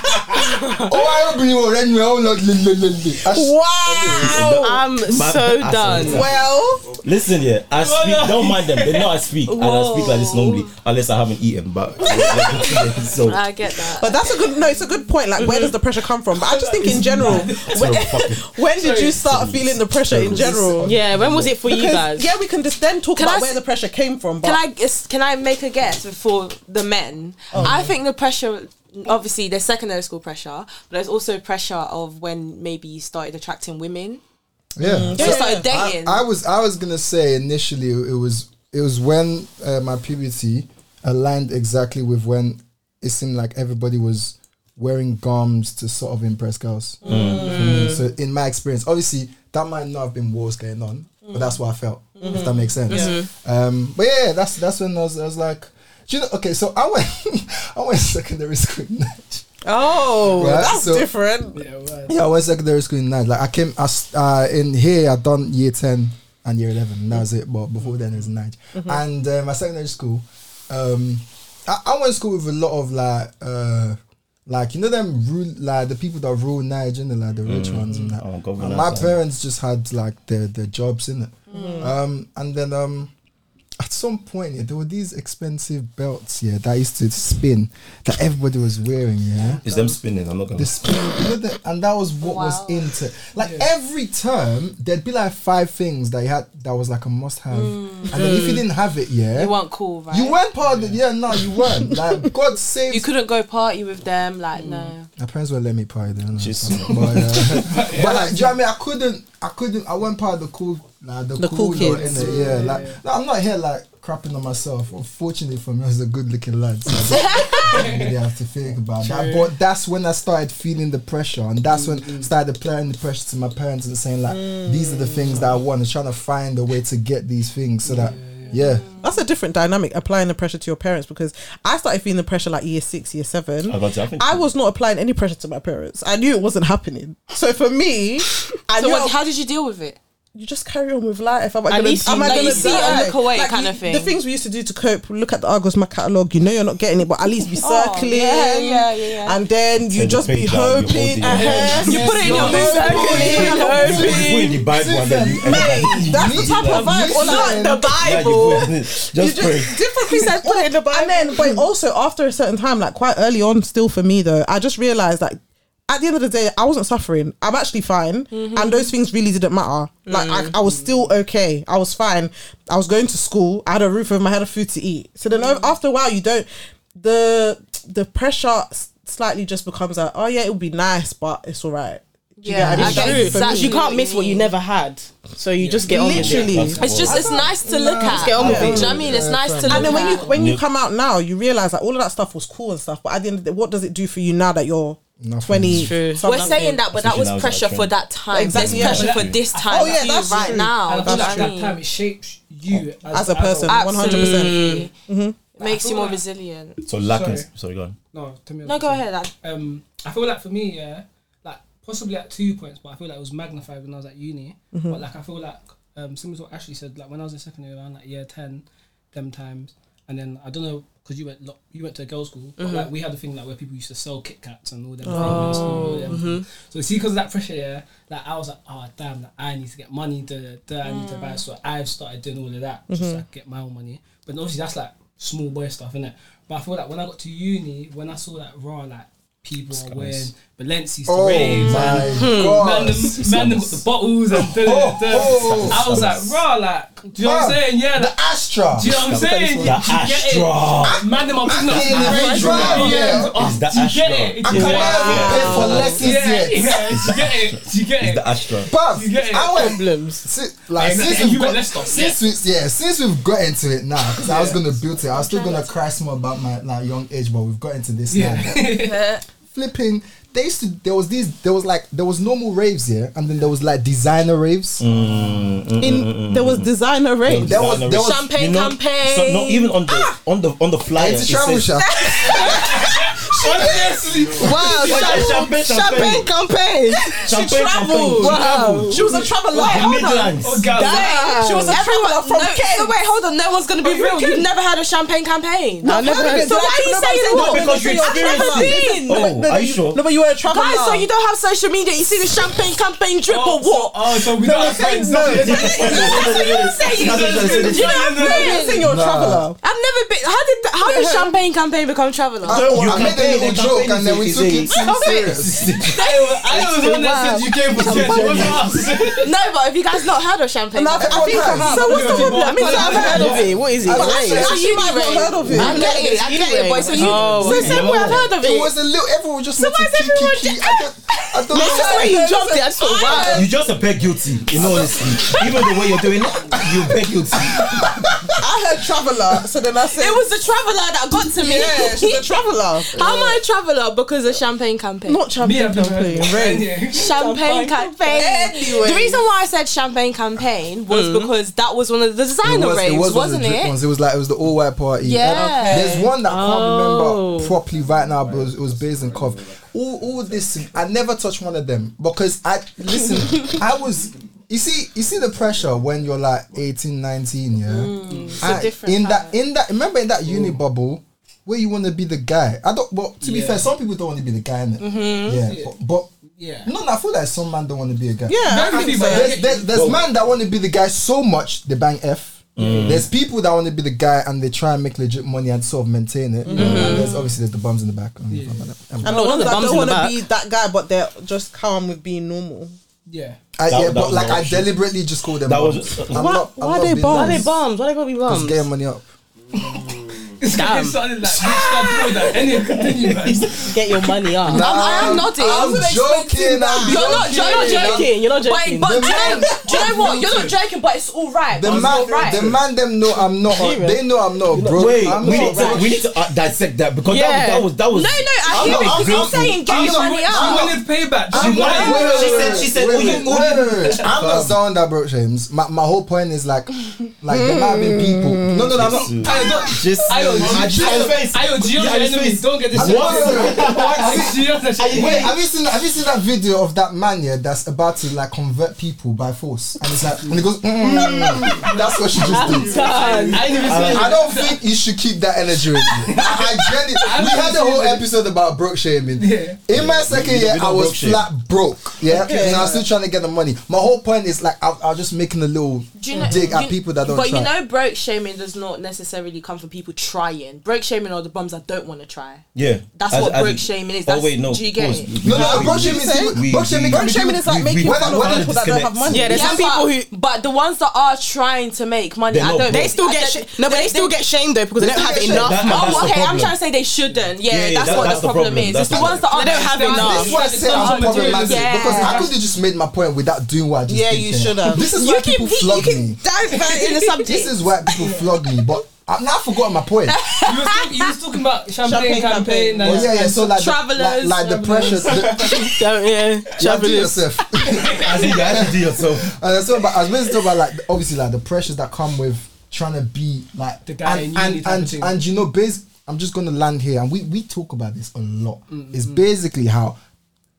S6: oh, I hope you were anyway. Oh, Lord, le- le- le- le. I sh-
S4: Wow.
S2: I'm
S5: My-
S2: so
S5: I-
S2: done.
S4: Well,
S5: Listen, yeah, I speak. Don't mind them. They know I speak, and I speak like this normally, unless I haven't eaten. But so,
S3: I get that.
S4: but that's a good no. It's a good point. Like, where does the pressure come from? But I just think in general,
S5: so fucking. oh,
S4: when did you start feeling the pressure in general?
S2: Yeah, when was it for you guys?
S4: Yeah, we can just then talk
S3: Can
S4: about
S3: I
S4: where
S3: s-
S4: the pressure came from. But
S3: can I guess- can I make a guess before the men? I think the pressure. Obviously, there's secondary school pressure, but there's also pressure of when maybe you started attracting women,
S6: yeah.
S3: so you started
S6: I-
S3: dating.
S6: I, was I was gonna say initially it was it was when uh, my puberty aligned exactly with when it seemed like everybody was wearing gums to sort of impress girls. for me. So in my experience, obviously that might not have been what was going on, but that's what I felt. If that makes sense. Um, but yeah, that's that's when I was, I was like. Do you know, okay, so I went, I went to secondary school. in Nigeria,
S4: oh,
S6: right?
S4: that's
S6: So-
S4: different.
S6: yeah, I went secondary school in nine. Like I came as uh, in here, I done year ten and year eleven. And that was it. But before then, it was 9 And uh, my secondary school, um, I, I went to school with a lot of like, uh, like you know them rule like the people that rule Niger, you know, like the rich ones and that.
S5: Oh, God,
S6: and
S5: man,
S6: my
S5: that's-
S6: parents just had like their their jobs in it. Um, and then um, at some point, yeah, there were these expensive belts, yeah, that used to spin that everybody was wearing, yeah.
S5: It's them spinning. I'm not gonna.
S6: The spin, you know, the- and that was what was into like every term. There'd be like five things that you had that was like a must-have, and then if you didn't have it, yeah,
S3: Mm. You weren't cool, right?
S6: you weren't part of the yeah. No, you weren't. Like God
S3: You
S6: saves.
S3: couldn't go party with them, like no.
S6: My parents won't let me party then.
S5: Jeez.
S6: But, uh, but like, do you know what I mean? I couldn't. I couldn't. I wasn't part of the cool. Nah, the,
S4: The
S6: cool,
S4: cool
S6: lot,
S4: kids.
S6: innit? Yeah, like no, I'm not here like crapping on myself. Unfortunately for me, I was a good-looking lad. So I didn't really have to think about that. But that's when I started feeling the pressure, and that's
S7: Mm-hmm.
S6: when I started applying the pressure to my parents and saying like, these are the things that I want, and trying to find a way to get these things so that yeah.
S4: That's a different dynamic, applying the pressure to your parents because I started feeling the pressure like year six, year seven.
S5: I was about to say, I think-
S4: I was not applying any pressure to my parents. I knew it wasn't happening. So for me, I
S3: So
S4: knew
S3: what,
S4: I-
S3: how did you deal with it?
S4: you just carry on with life. Am I gonna,
S2: least you-
S4: am I
S2: like,
S4: gonna
S2: you see
S3: it and
S4: die?
S3: look away kind
S4: you-
S3: of thing.
S4: The things we used to do to cope. Look at the Argos my catalogue. You know you're not getting it, but at least be circling.
S3: Oh, yeah, yeah, yeah, yeah.
S4: And then
S5: Send
S4: you just
S5: the
S4: be
S5: page down,
S4: hoping.
S5: you hold it.
S4: uh-huh.
S3: You put it in your
S4: You're
S3: book,
S4: hoping,
S5: Before you buy one, then you
S4: Mate, that's the type of vibe. Or like the Bible.
S5: Just
S4: You
S5: pray.
S4: just, different things I put it in the Bible. And then, but also after a certain time, like quite early on, still for me though, I just realized like at the end of the day, I wasn't suffering. I'm actually fine,
S2: Mm-hmm.
S4: and those things really didn't matter. Like I, I was
S2: Mm.
S4: still okay. I was fine. I was going to school. I had a roof over my head, of food to eat. So then
S2: Mm.
S4: o- after a while, you don't the the pressure s- slightly just becomes like, oh yeah, it would be nice, but it's all right. Do
S3: Yeah,
S4: you get what I mean?
S3: I get
S4: That's for
S3: exactly
S4: me.
S2: You can't miss what you
S3: mean.
S2: never had, so you just get on with it.
S4: Literally.
S5: That's
S3: It's just it's nice to look at.
S2: get on with
S3: Do you
S2: it.
S3: know what I mean? It's nice to look
S4: And then when you
S3: at.
S4: when you come out now, you realize that all of that stuff was cool and stuff. But at the end of the day, what does it do for you now that you're
S6: Nothing.
S4: twenty?
S2: True.
S3: We're saying that, but that was
S5: Especially now it's like
S3: pressure for
S5: trend.
S3: that time.
S4: Exactly,
S3: There's
S4: yeah.
S3: pressure for this time.
S4: Oh, yeah,
S3: for you
S4: that's
S3: right
S4: true.
S7: And
S3: now.
S7: I feel
S3: Do
S7: like
S3: you know
S7: that
S3: what I
S7: time
S3: mean?
S7: it shapes you
S4: As a person,
S7: adult.
S4: one hundred percent.
S3: Absolutely. It makes you more resilient.
S5: So lack
S7: Sorry.
S5: is sorry, go on.
S7: No, tell me
S3: No, go ahead. Ad.
S7: um, I feel like for me, yeah, like possibly at two points, but I feel like it was magnified when I was at uni. But like I feel like um, similar to what Ashley said, like when I was in secondary around like year ten, them times, and then I don't know because you went lo- you went to a girls' school, but like we had the thing like where people used to sell Kit Kats and all them things. and all them things. So see, because of that pressure, yeah, like I was like, oh damn, like, I need to get money, da, da, da, I need to buy. So I've started doing all of that just to like, get my own money. But obviously that's like small boy stuff, innit? But I feel like when I got to uni, when I saw that raw like people are wearing Balenci's
S6: Oh
S7: raves and
S6: my god.
S7: man, them, man them got the bottles and da, da, da, da.
S6: Oh,
S7: I was like, raw, like, do you know what I'm
S6: Man,
S7: saying? Yeah,
S6: The
S7: like,
S6: Astra.
S7: do you know what I'm saying? You
S5: The
S7: get it?
S5: Astra.
S7: Man, them are putting up
S6: I can't even
S7: Astra.
S6: drive, yeah.
S7: Oh,
S5: It's the
S7: do you get
S5: Astra.
S7: it?
S5: I
S7: Do you
S6: Come on,
S7: get it?
S6: I haven't paid for lessons
S7: Yeah,
S6: yet.
S7: yeah, do you get it? Do you get
S5: It's
S7: it?
S5: the Astra.
S6: Bruv,
S7: You get it?
S6: I went
S2: Problems.
S6: si- like
S7: And-
S6: since
S7: and
S6: we've
S7: you went
S6: got,
S7: left off,
S6: since we yeah since we've got into it now because I was gonna build it I was still gonna cry more about my like young age but we've got into this now flipping they used to there was these there was like there was normal raves yeah and then there was like designer raves
S2: Mm.
S4: In there was designer range.
S6: there was there was
S3: Champagne
S5: You know,
S3: campaign.
S5: So not even on the
S4: Ah.
S5: on the on the flyer.
S6: it's a travel
S5: says-
S6: shop
S7: Honestly,
S3: Wow, champagne
S5: champagne, champagne.
S3: campaign.
S5: Champagne
S3: traveled.
S5: campaign.
S3: Wow.
S4: She was a traveler.
S5: The Midlands.
S7: oh, guys,
S3: Wait,
S4: She was a traveler from
S3: no,
S4: Kent.
S3: So wait, hold on. No one's gonna be real. You've never had a champagne campaign. No,
S4: never heard of it.
S3: So why are you
S4: Nobody
S3: saying
S4: said
S3: what?
S4: that.
S5: Because you
S3: I've never
S5: experienced
S3: been.
S5: Oh, are you sure?
S4: No, but you were a traveler.
S3: Guys, so you don't have social media. You see the champagne campaign drip
S7: oh,
S3: or what?
S7: Oh, so we don't have friends.
S3: That's what you're saying.
S5: That's what I'm
S3: Do
S5: saying.
S3: you know what I'm saying?
S4: you're a traveler.
S3: I've never been. How did how did champagne campaign become traveler?
S5: Don't
S6: I
S5: worry,
S6: made a
S5: campaign-
S6: little
S5: campaign
S6: joke and then we
S5: is
S6: took
S5: a-
S6: it too serious
S7: I was the one that said you came for church. It wasn't us.
S3: No, but have you guys not heard of champagne?
S4: And I, I
S3: campaign?
S4: think I have.
S2: So what's
S7: the problem?
S4: I mean,
S7: But
S4: I've heard of it.
S2: What is it?
S4: But actually,
S3: It's
S4: actually,
S3: you,
S4: might not
S3: Ray.
S4: heard of it.
S3: I get it. I get it, boy. So you
S2: Oh.
S3: so same way I've heard of
S6: it
S3: it.
S6: was a little everyone was just so
S3: why is everyone
S6: I don't I don't
S2: That's just where you
S6: know
S2: dropped it. I just thought, wow.
S5: You just appear guilty, in all honesty. Even the way you're doing it, you appear guilty.
S4: I heard traveler, so then I said,
S3: It was the traveler that got to me.
S4: "Yeah, she's a traveler."
S3: How am I a traveler because of champagne campaign?
S4: Not
S7: Me,
S4: champagne
S7: I've never heard
S4: campaign.
S7: of
S4: Rave.
S7: it.
S3: champagne campaign.
S4: Anyway.
S3: The reason why I said champagne campaign was because that was one of the designer
S6: was-
S3: raves,
S6: was one of the
S3: wasn't
S6: drip
S3: it?
S6: Ones. It was like it was the all white party.
S3: Yeah.
S6: And There's one that I can't
S2: Oh.
S6: remember properly right now, but it was, it was based in Cov. All, all this, I never touched one of them because I listen. I was. You see, you see the pressure when you're like 18, 19, yeah. I-
S3: Mm. different
S6: in that, in that, remember in that uni bubble where you want to be the guy. I don't. Well, to be
S7: Yeah.
S6: fair, some people don't want to be the guy. innit?
S3: Mm-hmm.
S6: Yeah, but, but
S7: Yeah.
S6: no, no, I feel like some man don't want to be a guy.
S4: Yeah, I
S7: Very few,
S4: think so.
S7: but-
S6: There's, there's, there's man that want to be the guy so much they bang F.
S5: Mm.
S6: There's people that want to be the guy and they try and make legit money and sort of maintain it.
S5: Mm-hmm.
S6: And there's obviously there's the bums in the back. I mean, I'm-
S4: And
S6: I'm-
S4: the ones
S2: the
S4: that
S2: bums
S4: don't
S2: in
S4: want
S2: the
S4: to
S2: back.
S4: be that guy, but they're just calm with being normal.
S7: Yeah.
S6: I,
S5: That-
S6: yeah,
S5: that
S6: but
S5: was
S6: like
S5: my
S6: I
S5: option.
S6: deliberately just call them.
S5: That was-
S6: bums.
S5: Why-
S6: I'm not, I'm
S4: why
S6: not
S4: they
S6: being
S4: bums?
S2: Why are
S6: nice.
S2: they bums? Why they gotta be
S6: Just
S2: bums?
S6: get your money up.
S7: It's
S2: Damn.
S7: getting started like, stop doing that. Anyway, continue, man.
S2: Get your money up.
S6: Nah,
S8: I am nodding. I
S6: I'm
S8: wasn't
S6: joking. I'm
S8: You're not-
S6: joking.
S8: you're not
S2: You're not joking. You're not joking.
S8: Wait, but
S6: The
S8: do you, know,
S6: man-
S8: do you know what? You're not joking, but it's all right.
S6: The
S8: but it's all
S6: man,
S8: right.
S6: the man, them know I'm not. A,
S2: Serious?
S6: they know I'm not a bro.
S5: Wait,
S6: I'm
S5: we
S6: not
S5: need,
S6: a bro.
S5: to, we need to uh, dissect that because
S2: Yeah.
S5: that, was- that was
S8: no, no,
S5: that was.
S8: I hear what you're saying. Get your money
S7: She
S8: up.
S7: wanted payback. She
S6: I'm
S7: wanted
S6: not- wait, wait,
S5: She
S6: wait,
S5: said-
S6: wait,
S5: she said,
S6: wait,
S5: "Will you-
S6: wait,
S5: will
S6: wait,
S5: you-
S6: wait, wait. I'm not someone that broke James. My, my whole point is like, like there might have been people.
S5: Hmm.
S6: No, no, no, I'm not.
S5: Dude,
S7: I don't.
S5: Just
S7: I
S5: just-
S7: I don't. Gio's
S5: Yeah,
S7: your
S5: his
S7: enemy.
S5: face.
S7: Don't get
S6: I'm
S7: this.
S6: not-
S7: Gio's the shit.
S6: Wait, have you seen have you seen that video of that man yeah that's about to like convert people by force and it's like and he goes mm, that's what she just did.
S2: Done.
S7: I didn't even see
S6: I don't think you should keep that energy with you. I, I get it. We had a whole episode about broke shaming.
S7: Yeah.
S6: In my second year,
S5: we don't
S6: I
S5: broke
S6: was
S5: shame.
S6: flat broke. Yeah, and I was still trying to get the money. My whole point is like I, I was just making a little
S3: Do you know-
S6: dig
S3: you-
S6: at people that don't
S3: But
S6: try.
S3: you know, broke shaming does not necessarily come from people trying. Broke shaming are the bums that don't want to try.
S5: Yeah,
S3: That's what broke shaming is.
S5: Oh
S3: That's-
S5: wait, no.
S3: do you get
S5: pause.
S3: it?
S5: We- we-
S6: no, no,
S5: we-
S6: broke shaming is
S5: we- we-
S6: broke shaming.
S5: we-
S6: can be
S4: Shaming is like
S5: we- we-
S4: making fun of
S6: whether-
S4: people that don't
S5: disconnect.
S4: have money.
S2: Yeah, there's some people
S3: but,
S2: who
S3: but the ones that are trying to make money,
S5: They're
S3: I
S5: not
S3: don't.
S5: broke.
S2: they still
S3: I
S2: get
S3: don't-
S2: sh- no, but they still get shamed though because they don't
S6: still
S2: have
S6: get shamed.
S2: enough.
S5: That- and
S3: Oh,
S5: that's the
S3: okay. I'm
S5: problem.
S3: trying to say they shouldn't. Yeah,
S5: Yeah, yeah,
S3: that's
S5: that-
S3: what
S5: that's
S3: the
S5: the
S3: problem,
S5: problem.
S3: is.
S5: That's
S3: it's the
S5: the
S3: ones that are
S2: They don't have enough.
S6: That's why I said
S7: Yeah.
S6: I'm problematic
S3: Yeah.
S6: because I could have just made my point without doing what I just
S4: Yeah,
S6: did
S4: you
S6: there.
S4: should have.
S6: This is
S4: You
S6: why
S4: keep-
S6: people
S4: you
S6: flog
S4: keep
S6: me.
S4: divert in the subject.
S6: This is why people flog me, but I've now forgotten my point.
S7: You was talking- you was talking about champagne
S4: Champagne
S7: campaign.
S4: campaign.
S6: Oh
S7: and-
S6: yeah, yeah. So like, the-
S3: Travelers,
S6: like, like the pressure. The,
S2: Don't- yeah,
S6: like, do
S2: Travelers.
S6: yourself.
S5: I think you actually do yourself.
S6: And I was talking about, I was meant to talk about like the- obviously like the pressures that come with trying to be like
S7: The guy
S6: and
S7: in uni
S6: and
S7: type of
S6: and,
S7: thing.
S6: and you know, bas I'm just gonna land here, and we we talk about this a lot.
S7: Mm,
S6: It's basically how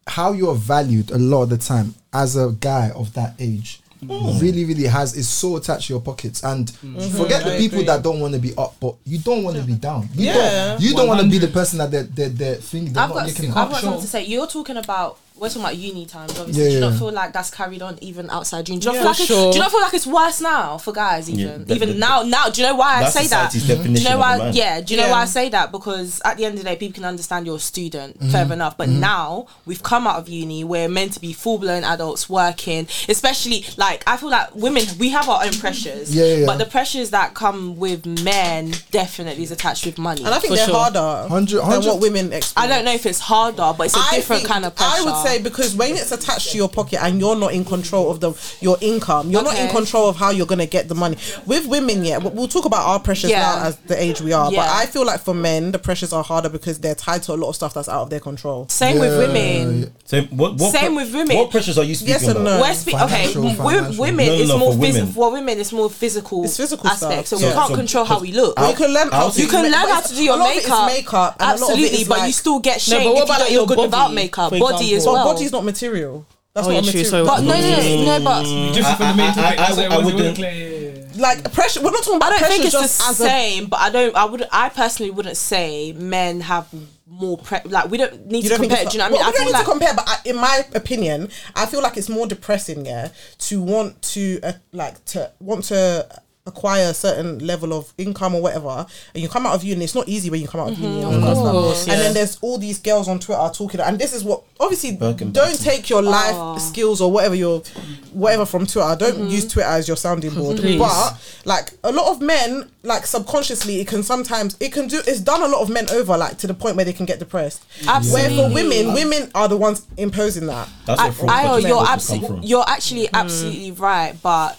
S6: how you're valued a lot of the time as a guy of that age.
S7: Mm.
S6: Really, really has is so attached to your pockets, and
S7: Mm-hmm.
S6: forget the people that don't want to be up, but you don't want to be down. You
S4: Yeah.
S6: don't. You don't want to be the person that they're they're, they're thing. They're
S3: I've
S6: not
S3: got,
S6: looking
S3: I've
S6: at.
S3: got something to say. You're talking about we're talking about uni times, obviously.
S6: Yeah,
S3: do you not
S6: yeah.
S3: feel like that's carried on even outside uni? Do you not
S2: Yeah.
S3: feel like
S2: For
S3: it's,
S2: sure.
S3: do you not feel like it's worse now for guys even?
S5: Yeah, that-
S3: even
S5: that-
S3: now now do you know why I
S5: That's
S3: say that?
S5: society's
S3: Do you
S5: definition
S3: know
S5: of
S3: why
S5: a man.
S3: yeah, do you know why
S4: Yeah.
S3: I say that? Because at the end of the day people can understand you're a student, fair enough. But now we've come out of uni, we're meant to be full blown adults working, especially like I feel like women we have our own pressures.
S6: Yeah, yeah, yeah.
S3: But the pressures that come with men definitely is attached with money.
S4: And I think
S2: For
S4: they're
S2: sure.
S4: harder
S6: 100
S4: than what women experience.
S3: I don't know if it's harder, but it's a
S4: I
S3: different
S4: think-
S3: kind of pressure.
S4: I would say because when it's attached to your pocket and you're not in control of the your income, you're not in
S3: Okay.
S4: control of how you're gonna get the money. With women, yeah, we- we'll talk about our pressures
S3: Yeah.
S4: now as the age we are. But
S3: Yeah.
S4: I feel like for men, the pressures are harder because they're tied to a lot of stuff that's out of their control.
S3: Same with women.
S5: So what, what
S3: Same with women.
S5: What pressures are you speaking
S4: Yes or
S5: about?
S4: no?
S3: We're spe- okay,
S6: Financial,
S3: w-
S6: financial.
S3: women
S5: No, no,
S3: it's
S5: no,
S3: more
S5: for
S3: physical.
S5: women.
S3: For women, it's more physical.
S4: It's physical stuff.
S3: aspect, so we
S4: Yeah.
S3: can't
S5: So-
S3: control how we look.
S5: I'll-
S4: you can learn
S5: I'll
S4: how
S5: say-
S4: to
S3: you can
S4: ma-
S3: learn how to do your
S4: a lot of it is
S3: makeup.
S4: makeup and a lot of it
S3: Absolutely,
S4: is
S3: but you
S4: like-
S3: still get
S2: No, but
S3: shamed
S2: what
S3: if you
S2: about,
S3: don't
S2: like,
S3: look
S2: your
S3: good without
S2: body,
S3: makeup.
S2: for
S3: Body as
S2: example?
S4: But
S3: well.
S4: body's not material. That's
S2: Oh,
S4: not
S2: yeah, true.
S4: material.
S2: So
S3: but no, no, no, no, but
S7: Different from the main
S5: I- I-
S7: topic.
S5: I-
S7: That's what
S5: I
S7: was-
S5: wouldn't-
S7: clear.
S4: like pressure. We're not talking about
S3: I don't
S4: pressure
S3: think it's the
S4: just as a
S3: same. But I don't. I would. I personally wouldn't say men have more pre. Like we don't need
S4: you
S3: to
S4: don't
S3: compare.
S4: think
S3: Do you know what I mean?
S4: Well,
S3: I
S4: we don't
S3: feel
S4: need
S3: like
S4: to compare, but I, in my opinion, I feel like it's more depressing, yeah, to want to uh, like to want to acquire a certain level of income or whatever, and you come out of uni. It's not easy when you come out of uni,
S3: Mm-hmm.
S4: and all that stuff.
S2: course,
S4: And
S2: yeah.
S4: then there's all these girls on Twitter talking, and this is what obviously
S5: Birkin
S4: don't take your life
S3: Oh. Mm-hmm.
S4: skills or whatever your whatever from Twitter. Don't use Twitter as your sounding board,
S2: Please.
S4: but like a lot of men like subconsciously it can sometimes it can do it's done a lot of men over like to the point where they can get depressed
S3: Absolutely.
S4: where for women women are the ones imposing that
S5: That's
S3: I,
S5: where fraud
S3: I,
S5: culture
S3: you're
S5: come
S3: absolutely,
S5: from.
S3: you're
S4: Mm.
S3: actually absolutely right, but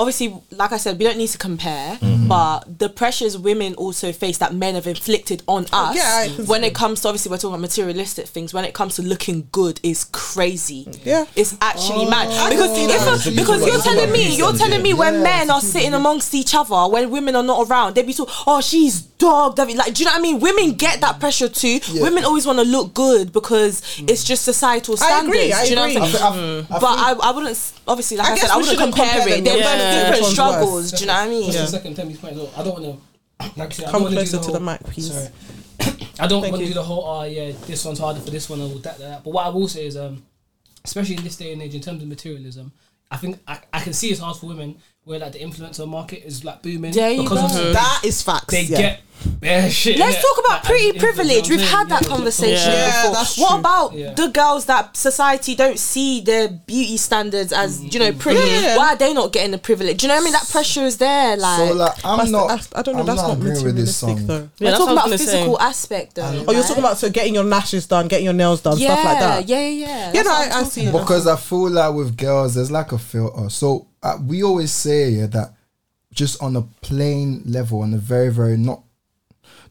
S3: obviously, like I said, we don't need to compare.
S5: Mm-hmm.
S3: But the pressures women also face that men have inflicted on us,
S4: Oh, yeah, I can
S3: when it comes to obviously we're talking about materialistic things. When it comes to looking good, is crazy.
S4: Yeah. Oh.
S3: it's actually mad because if
S6: see
S3: a, because
S6: what
S3: you're
S6: you're
S3: telling
S6: saying.
S3: me you're telling me when
S6: Yeah,
S3: men
S6: I
S3: are
S6: see
S3: sitting amongst each other when women are not around, they be so oh she's dog, they be like do you know what I mean? Women get that pressure too. Women always want to look good because
S4: Mm.
S3: it's just societal
S4: I
S3: standards.
S4: agree, I
S3: do you know what I'm
S4: agree.
S3: saying?
S6: I- I- I
S3: but I, I wouldn't s- obviously like
S4: I
S3: I,
S4: guess
S3: said I
S4: we
S3: wouldn't
S4: shouldn't
S3: compare,
S4: compare
S3: it.
S4: them.
S3: They're
S4: Yeah.
S3: both
S4: Which
S3: different
S4: one's
S3: struggles.
S4: worse?
S3: Do you know what I mean?
S7: Just a second, tell me this point. as well. I don't want to. Like, I said, I
S4: Come
S7: don't wanna do
S4: closer to the mic, please.
S7: Sorry. I don't want to
S4: you.
S7: do the whole. Oh yeah, this one's harder for this one and all that, that. But what I will say is, um, especially in this day and age, in terms of materialism, I think I, I I can see it's hard for women where like the influencer market is like booming
S3: There you
S7: because
S3: go.
S7: of
S4: That is facts.
S7: they
S4: yeah.
S7: get bare shit.
S3: Let's
S7: innit?
S3: talk about
S7: Like, as
S3: pretty
S7: influencers,
S3: privilege.
S7: you
S3: We've
S7: know what I'm
S3: had that
S7: saying?
S3: conversation
S4: Yeah,
S3: before.
S4: that's
S3: what
S4: true.
S3: about
S7: Yeah.
S3: the girls that society don't see their beauty standards as you know pretty?
S4: Mm. Yeah.
S3: Why are they not getting the privilege? Do you know what I mean? That pressure is there. Like,
S6: So like, I'm
S4: That's
S6: not.
S4: the- I don't know.
S6: I'm
S4: that's
S6: not
S4: not
S6: agreeing with this
S4: materialistic
S6: song.
S4: though.
S2: Yeah,
S3: we're
S2: that's
S3: talking
S2: what I
S3: about
S2: was gonna
S3: physical
S2: say.
S3: aspect though.
S6: Oh,
S4: Oh, you're talking about so getting your lashes done, getting your nails done,
S3: yeah,
S4: stuff like that.
S3: Yeah, yeah, yeah.
S4: Yeah,
S3: That's
S4: no,
S3: what I'm
S4: I, I
S3: talking
S4: see. that.
S6: because I feel like with girls, there's like a filter. So uh, we always say yeah, that just on a plain level, on a very, very not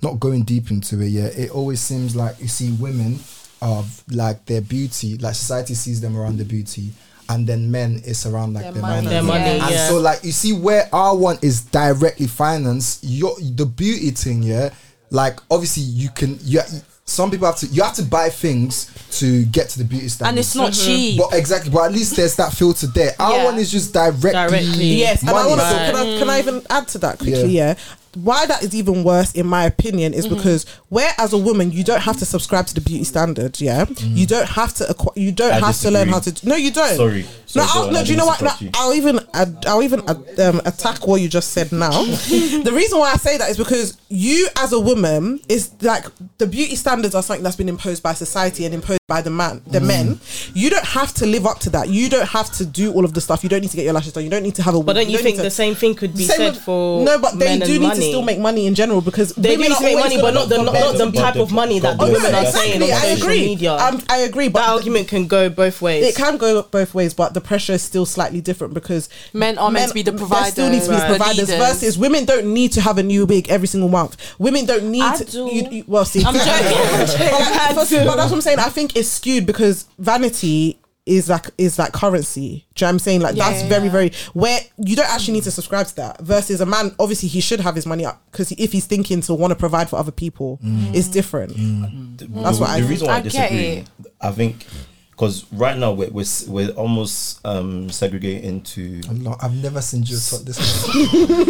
S6: not going deep into it. Yeah, it always seems like you see women of like their beauty, like society sees them around their beauty, and then men it's around like
S3: Their
S6: their,
S3: money.
S6: money.
S2: Their money,
S6: And
S2: yeah.
S6: so like you see where our one is directly financed, your the beauty thing, yeah. Like obviously you can you some people have to you have to buy things to get to the beauty standard.
S3: And it's not cheap.
S6: But exactly, but at least there's that filter there. Our
S3: Yeah.
S6: one is just directly.
S2: Directly.
S4: Yes, and I
S6: money.
S4: want to. Can I, can I even add to that quickly? Yeah. Why that is even worse, in my opinion, is because where as a woman you don't have to subscribe to the beauty standard. Yeah,
S6: Mm.
S4: you don't have to. Acqu- you don't
S5: I
S4: have to learn
S5: disagree.
S4: how to. No, you don't.
S5: Sorry.
S4: No,
S5: Sorry,
S4: I'll,
S5: Dawn,
S4: no.
S5: I
S4: Do you know
S5: didn't
S4: what? No,
S5: support you.
S4: I'll even ad- I'll even ad- um, attack what you just said now. the reason why I say that is because you as a woman is like the beauty standards are something that's been imposed by society and imposed by the man, the men. You don't have to live up to that. You don't have to do all of the stuff. You don't need to get your lashes done. You don't need to have a.
S2: But don't you
S4: need
S2: think
S4: to-
S2: the same thing could be
S4: same
S2: said
S4: with-
S2: for
S4: no, but they
S2: men and
S4: do need
S2: money.
S4: to still make money in general because
S2: They do
S4: women
S2: need
S4: are
S2: to make
S4: always
S2: money,
S4: gonna
S2: but not the
S4: look
S2: not,
S4: better.
S2: not the type of money that
S4: Oh,
S2: the
S4: no,
S2: women
S4: no,
S2: are saying
S4: exactly.
S2: on
S4: I
S2: social
S4: agree.
S2: media.
S4: Um, I agree, but
S2: that
S4: the-
S2: argument can go both ways.
S4: It can go both ways, but the pressure is still slightly different because
S3: Men are meant to be the
S4: they
S3: providers,
S4: Still need to be
S3: Right. the
S4: providers.
S3: leaders.
S4: Versus women don't need to have a new wig every single month. Women don't need.
S3: I
S4: to,
S3: do.
S4: You, you, well, see,
S3: I'm joking. I'm joking.
S4: But, like,
S3: I
S4: but-
S3: do.
S4: but that's what I'm saying. I think it's skewed because vanity is like is like currency. Do you know what I'm saying? Like that's
S3: Yeah.
S4: very very where you don't actually need to subscribe to that. Versus a man, obviously he should have his money up because if he's thinking to want to provide for other people,
S3: Mm.
S4: it's different.
S5: Mm.
S4: That's
S5: the,
S4: what I
S5: the
S4: think.
S5: reason why I,
S3: I get
S5: disagree.
S3: it.
S5: I think because right now we're we're, s- we're almost um, segregating to.
S6: I'm not- I've never seen you talk this. much.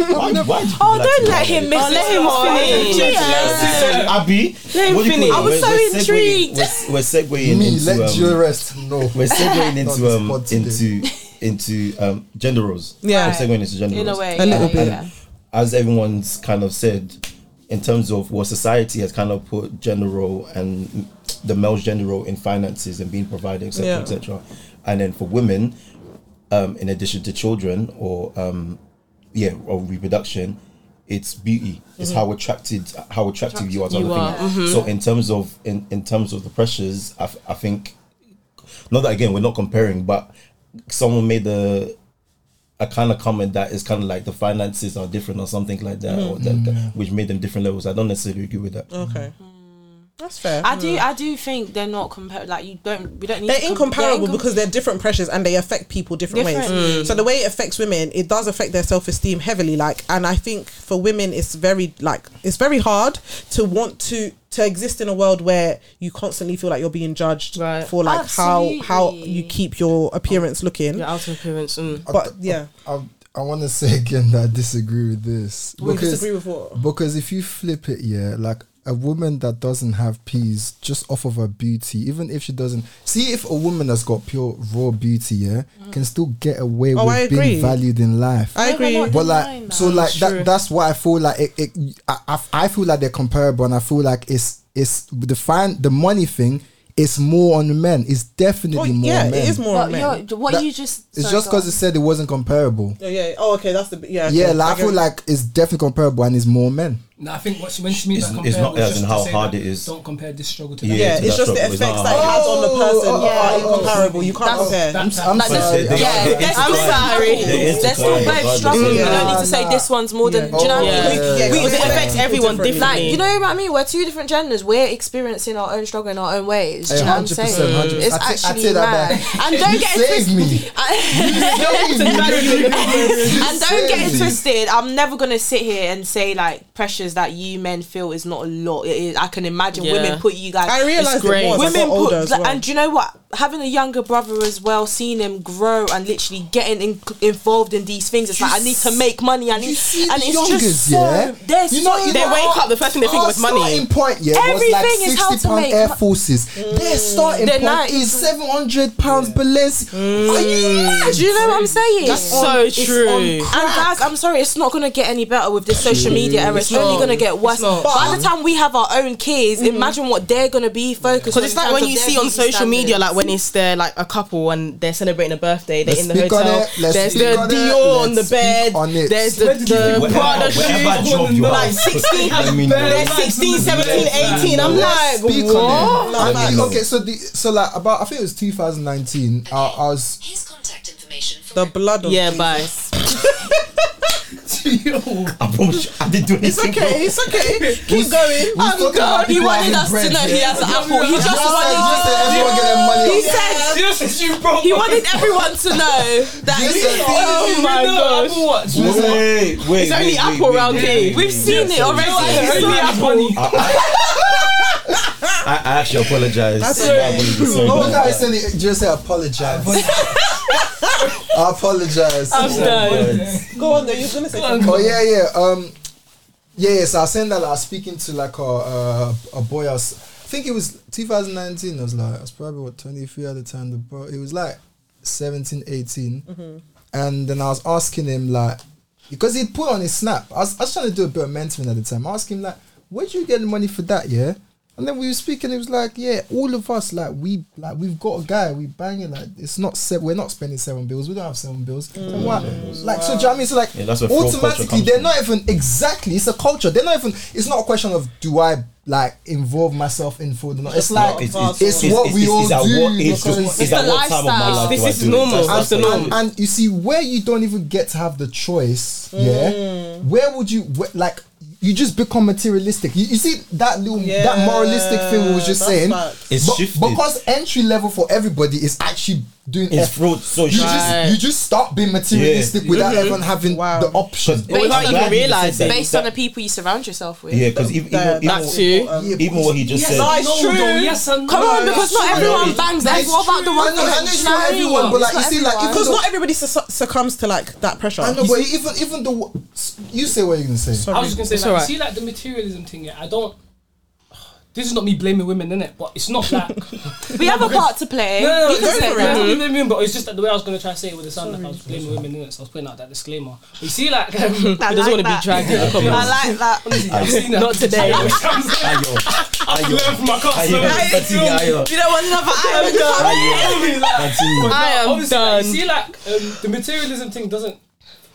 S5: Why, why do
S3: Oh,
S5: people like
S3: don't
S5: to-
S3: let him miss
S2: Oh, let
S3: this
S2: him
S3: one.
S2: finish.
S3: Yeah.
S5: Abby,
S2: Let him
S5: what do you call
S2: finish.
S5: it?
S2: I
S3: was
S5: We're-
S3: so
S5: we're segueing-
S3: intrigued.
S5: We're, we're segueing
S6: Me,
S5: into,
S6: let
S5: um,
S6: your rest. No,
S5: We're segueing into
S6: this
S5: um,
S6: pod today.
S5: into into um, gender roles.
S4: Yeah.
S5: we're segueing into gender
S3: In a
S5: roles.
S3: way,
S4: A
S3: yeah,
S4: little
S3: yeah,
S4: bit.
S3: yeah.
S5: As everyone's kind of said, in terms of what society has kind of put gender role and the male's gender role in finances and being provided, etc.,
S4: Yeah.
S5: etc. And then for women, um, in addition to children or um, yeah, or reproduction, it's beauty. It's how attracted how attractive you are to
S2: Mm-hmm. You
S5: other
S2: are, Mm-hmm.
S5: people. So in terms of in, in terms of the pressures, I, f- I think not that again we're not comparing, but someone made a a kind of comment that is kind of like the finances are different or something like that, or that, that- which made them different levels. I don't necessarily agree with that.
S4: Okay, that's fair.
S3: I do. I do think they're not comparable. Like you don't. We don't need.
S4: they're
S3: to com-
S4: incomparable
S3: they're incom-
S4: because they're different pressures and they affect people different,
S3: Differently.
S6: Mm.
S4: ways. Mm. So the way it affects women, it does affect their self esteem heavily. Like, and I think for women, it's very like it's very hard to want to to exist in a world where you constantly feel like you're being judged
S2: Right.
S4: for like how how
S3: Absolutely.
S4: you keep your appearance looking.
S2: Your outer appearance. Mm.
S4: But yeah,
S6: I, I want to say again that I disagree with this.
S4: we
S6: Because-
S4: disagree with what.
S6: Because if you flip it, yeah, like a woman that doesn't have peas just off of her beauty, even if she doesn't see if a woman that's got pure raw beauty, yeah, can still get away
S4: Mm. Oh, I
S6: with
S4: agree.
S6: being valued in life.
S4: I
S3: No, they're
S4: agree.
S3: not.
S6: but
S3: denying
S6: like,
S3: that.
S6: so like
S2: True.
S6: that, that's why I feel like it, it I, I, I feel like they're comparable, and I feel like it's it's the fine the money thing. It's more on men. It's definitely
S4: Well,
S6: more
S4: Oh, yeah,
S6: on men.
S4: it is more
S3: But
S4: on men.
S3: you're, what
S6: That-
S3: you just.
S6: It's
S3: sorry,
S6: just
S3: go
S6: because it said it wasn't comparable.
S4: Oh, yeah. Oh, okay. That's the yeah.
S6: Yeah,
S4: okay.
S6: like, I
S4: get
S6: feel
S4: it.
S6: like it's definitely comparable, and it's more men.
S7: Nah, I think what she, when she means
S5: It's-
S7: by
S5: it's
S7: compare
S5: not
S7: was
S5: as
S7: just
S5: in
S7: to
S5: how
S7: say
S5: hard
S7: that
S5: it is.
S7: Don't compare this struggle to
S5: Yeah,
S7: that.
S4: Yeah,
S5: to
S4: it's
S5: that
S4: just the
S5: trouble. It's
S4: effects
S5: not
S4: that it has on the person
S3: oh,
S4: are
S3: oh,
S4: incomparable. You can't
S3: That's-
S4: compare.
S7: That- that-
S6: I'm
S7: that-
S3: sorry.
S5: They- they-
S3: Yeah,
S5: they-
S3: they're
S5: I'm
S3: still
S2: sorry.
S3: both-
S5: They're
S3: They're still
S5: intertwined
S3: both
S5: regardless.
S3: struggling. You
S4: Yeah.
S3: don't need to say
S6: Nah.
S3: this one's more than.
S6: Oh,
S3: Do you know what I
S2: Yeah.
S3: mean?
S2: Yeah.
S4: Yeah,
S3: We- it
S4: yeah.
S2: It affects
S3: affects
S2: everyone
S4: differently.
S2: differently.
S3: Like you know what I mean? We're two different genders. We're experiencing our own struggle in our own ways. Do you
S6: Hey,
S3: know what I'm
S6: 100%,
S3: saying? It's
S6: 100%. I take- I
S3: actually
S6: take that
S3: mad.
S6: back.
S3: And don't
S6: You
S3: get
S6: saved
S3: twisted.
S6: me.
S3: I-
S6: You
S3: and don't get it
S6: saved me.
S3: twisted. I'm never gonna sit here and say like pressures pressures that you men feel is not a lot. It is. I can imagine
S2: Yeah.
S3: women put you guys.
S4: I realized it
S2: great.
S4: was women
S3: Women
S4: I got older
S3: put,
S4: as well.
S3: and do you know what? Having a younger brother as well, seeing him grow and literally getting in, involved in these things, it's like I need to make money. I need,
S6: You see
S3: and
S6: the
S3: it's
S6: youngers,
S3: just so.
S6: yeah?
S3: There's
S6: You know-
S3: so
S6: you
S2: They
S6: know-
S2: wake up, the first thing they think
S6: Our
S2: was money.
S6: starting point, yeah, was like
S3: Everything is how
S6: sixty
S3: to
S6: pound
S3: make
S6: Air
S3: mo- Mm.
S6: Forces. Their starting
S3: They're
S6: point
S3: not
S6: is
S3: even-
S6: seven hundred pounds
S2: Mm.
S6: Balenciaga. Are you mad?
S3: Do you know what I'm saying?
S2: so true.
S3: And guys, I'm sorry, it's not gonna get any better with this social media era. It's, Mm-hmm.
S2: It's
S3: only
S2: not.
S3: gonna get worse.
S2: It's not.
S3: By the time we have our own kids, imagine what they're gonna be focused. on
S2: Because it's
S3: in
S2: like
S3: terms
S2: when
S3: of
S2: you
S3: their
S2: see on
S3: beauty
S2: social media,
S3: standards.
S2: like when it's there, like a couple and they're celebrating a birthday, they're
S6: Let's
S2: in the
S6: speak on
S2: hotel.
S6: it, let's
S2: There's
S6: speak
S2: the
S6: on it,
S2: Dior on the
S6: let's speak
S2: bed.
S6: on it.
S2: There's the,
S7: Where did you
S2: the
S7: think-
S2: Prada
S7: whatever-
S2: shoes.
S7: whatever-
S5: job you
S2: Like
S5: have,
S2: 16,
S5: let me know.
S2: they're 16, 17, 18. I'm
S6: Let's
S2: like,
S6: speak on it.
S2: what?
S6: I
S5: No,
S6: think-
S5: no.
S6: okay, so the so like about I think it was 2019. I, I was
S9: His contact information for
S4: the blood of
S2: Yeah, bye.
S5: I promise you, I didn't do
S4: It's
S5: anything.
S4: okay. It's okay. Keep going.
S6: we talking about
S3: He
S6: people
S3: wanted
S6: having
S3: us
S6: bread,
S3: to know
S6: yeah?
S3: he has an apple. He
S6: Just
S3: just
S6: said- just
S3: wanted.
S6: said everyone get their money.
S3: He
S6: off.
S3: said
S7: Yes, you bro.
S3: he wanted everyone to know
S6: This
S3: that.
S6: is-
S2: Oh my
S7: Apple
S2: gosh.
S7: Watch.
S5: Wait, wait, wait.
S2: It's only
S5: wait,
S2: Apple
S5: wait,
S2: round
S5: wait,
S2: here.
S5: wait,
S3: We've
S5: wait.
S3: seen it already.
S7: Only Apple.
S5: I, I actually apologize.
S4: That's
S5: I
S4: okay.
S5: wouldn't be sorry
S6: No one
S5: about
S6: guy
S5: that.
S6: said it, just say apologize. I apologize.
S4: Go on. Though you're gonna say. something.
S6: Oh yeah, yeah. Um, yeah, yeah. So I was saying that like, I was speaking to like a uh, a boy. I, was, I think it was 2019. I was like, I was probably what 23 at the time. The bro, it was like 17, 18, and then I was asking him like, because he'd put on his snap. I was, I was trying to do a bit of mentoring at the time. I asked him like, where do you get the money for that? Yeah. And then we were speaking. It was like, yeah, all of us like we like we've got a guy. We banging like it's not seven. We're not spending seven bills. We don't have seven bills. And why? Like so, do you know what I mean? So like
S5: Yeah, that's where fraud culture
S6: automatically
S5: comes
S6: they're
S5: from.
S6: not even exactly it's a culture they're not even it's not a question of do i like involve myself in fraud or not it's like
S5: it's,
S6: it's,
S5: it's,
S6: what we all
S5: at
S6: do
S5: What age do-
S6: because-
S5: is at what time of my life
S2: This
S5: do I
S2: is
S5: do it?
S2: normal. That's the
S6: and,
S5: what I
S2: norm.
S5: do.
S6: and, and you see where you don't even get to have the choice
S5: Mm.
S6: yeah where would you wh- like you just become materialistic you, you see that little that moralistic thing we was just
S4: that's
S6: saying
S4: facts.
S5: It's
S6: but-
S5: shifted.
S6: because entry level for everybody is actually doing
S5: It's
S6: F-
S5: fraud. So
S6: you
S2: Right.
S6: just you just start being materialistic
S5: Yeah. Mm-hmm.
S6: without even having
S4: Wow.
S6: the option
S2: Without even realising.
S3: Based on the people you surround yourself with.
S5: Yeah, because even,
S4: That-
S5: even,
S2: That's you.
S5: even, even what he just
S7: Yes,
S5: said.
S7: no,
S4: it's true.
S7: though. Yes and
S3: Come
S7: no.
S3: on, because
S5: true.
S3: not
S5: Yeah,
S3: everyone
S5: it's-
S3: bangs that. What about the
S6: I
S3: ones
S6: know- I
S3: that
S6: know it's not everyone, but like you see, like
S4: Because
S6: even
S4: not everybody succ- succumbs to like that pressure.
S6: I know,
S4: You
S6: but
S4: see-
S6: even even the w- you say what you're gonna say.
S7: I was just gonna
S2: It's
S7: say, like,
S2: alright.
S7: see, like the materialism thing. Yeah, I don't. This is not me blaming women, innit? But it's not like
S3: We have a part to play.
S7: No, no,
S3: You can
S7: it's
S3: say
S7: not
S3: that.
S7: blaming women, but it's just that the way I was gonna try to say it with the sound, like I was blaming women, innit? So I was putting out that disclaimer. But you see, like, I've
S3: I
S2: He doesn't
S3: like
S2: want to be
S3: that.
S2: dragged in the comments.
S3: I like that.
S7: seen that.
S2: Not today.
S5: Ayo,
S7: I've learned from my
S5: ayo, continue,
S7: customers.
S5: ayo,
S3: You don't want another island.
S5: ayo, continue.
S2: I am
S7: obviously, like,
S2: done.
S7: you see, like um, the materialism thing doesn't.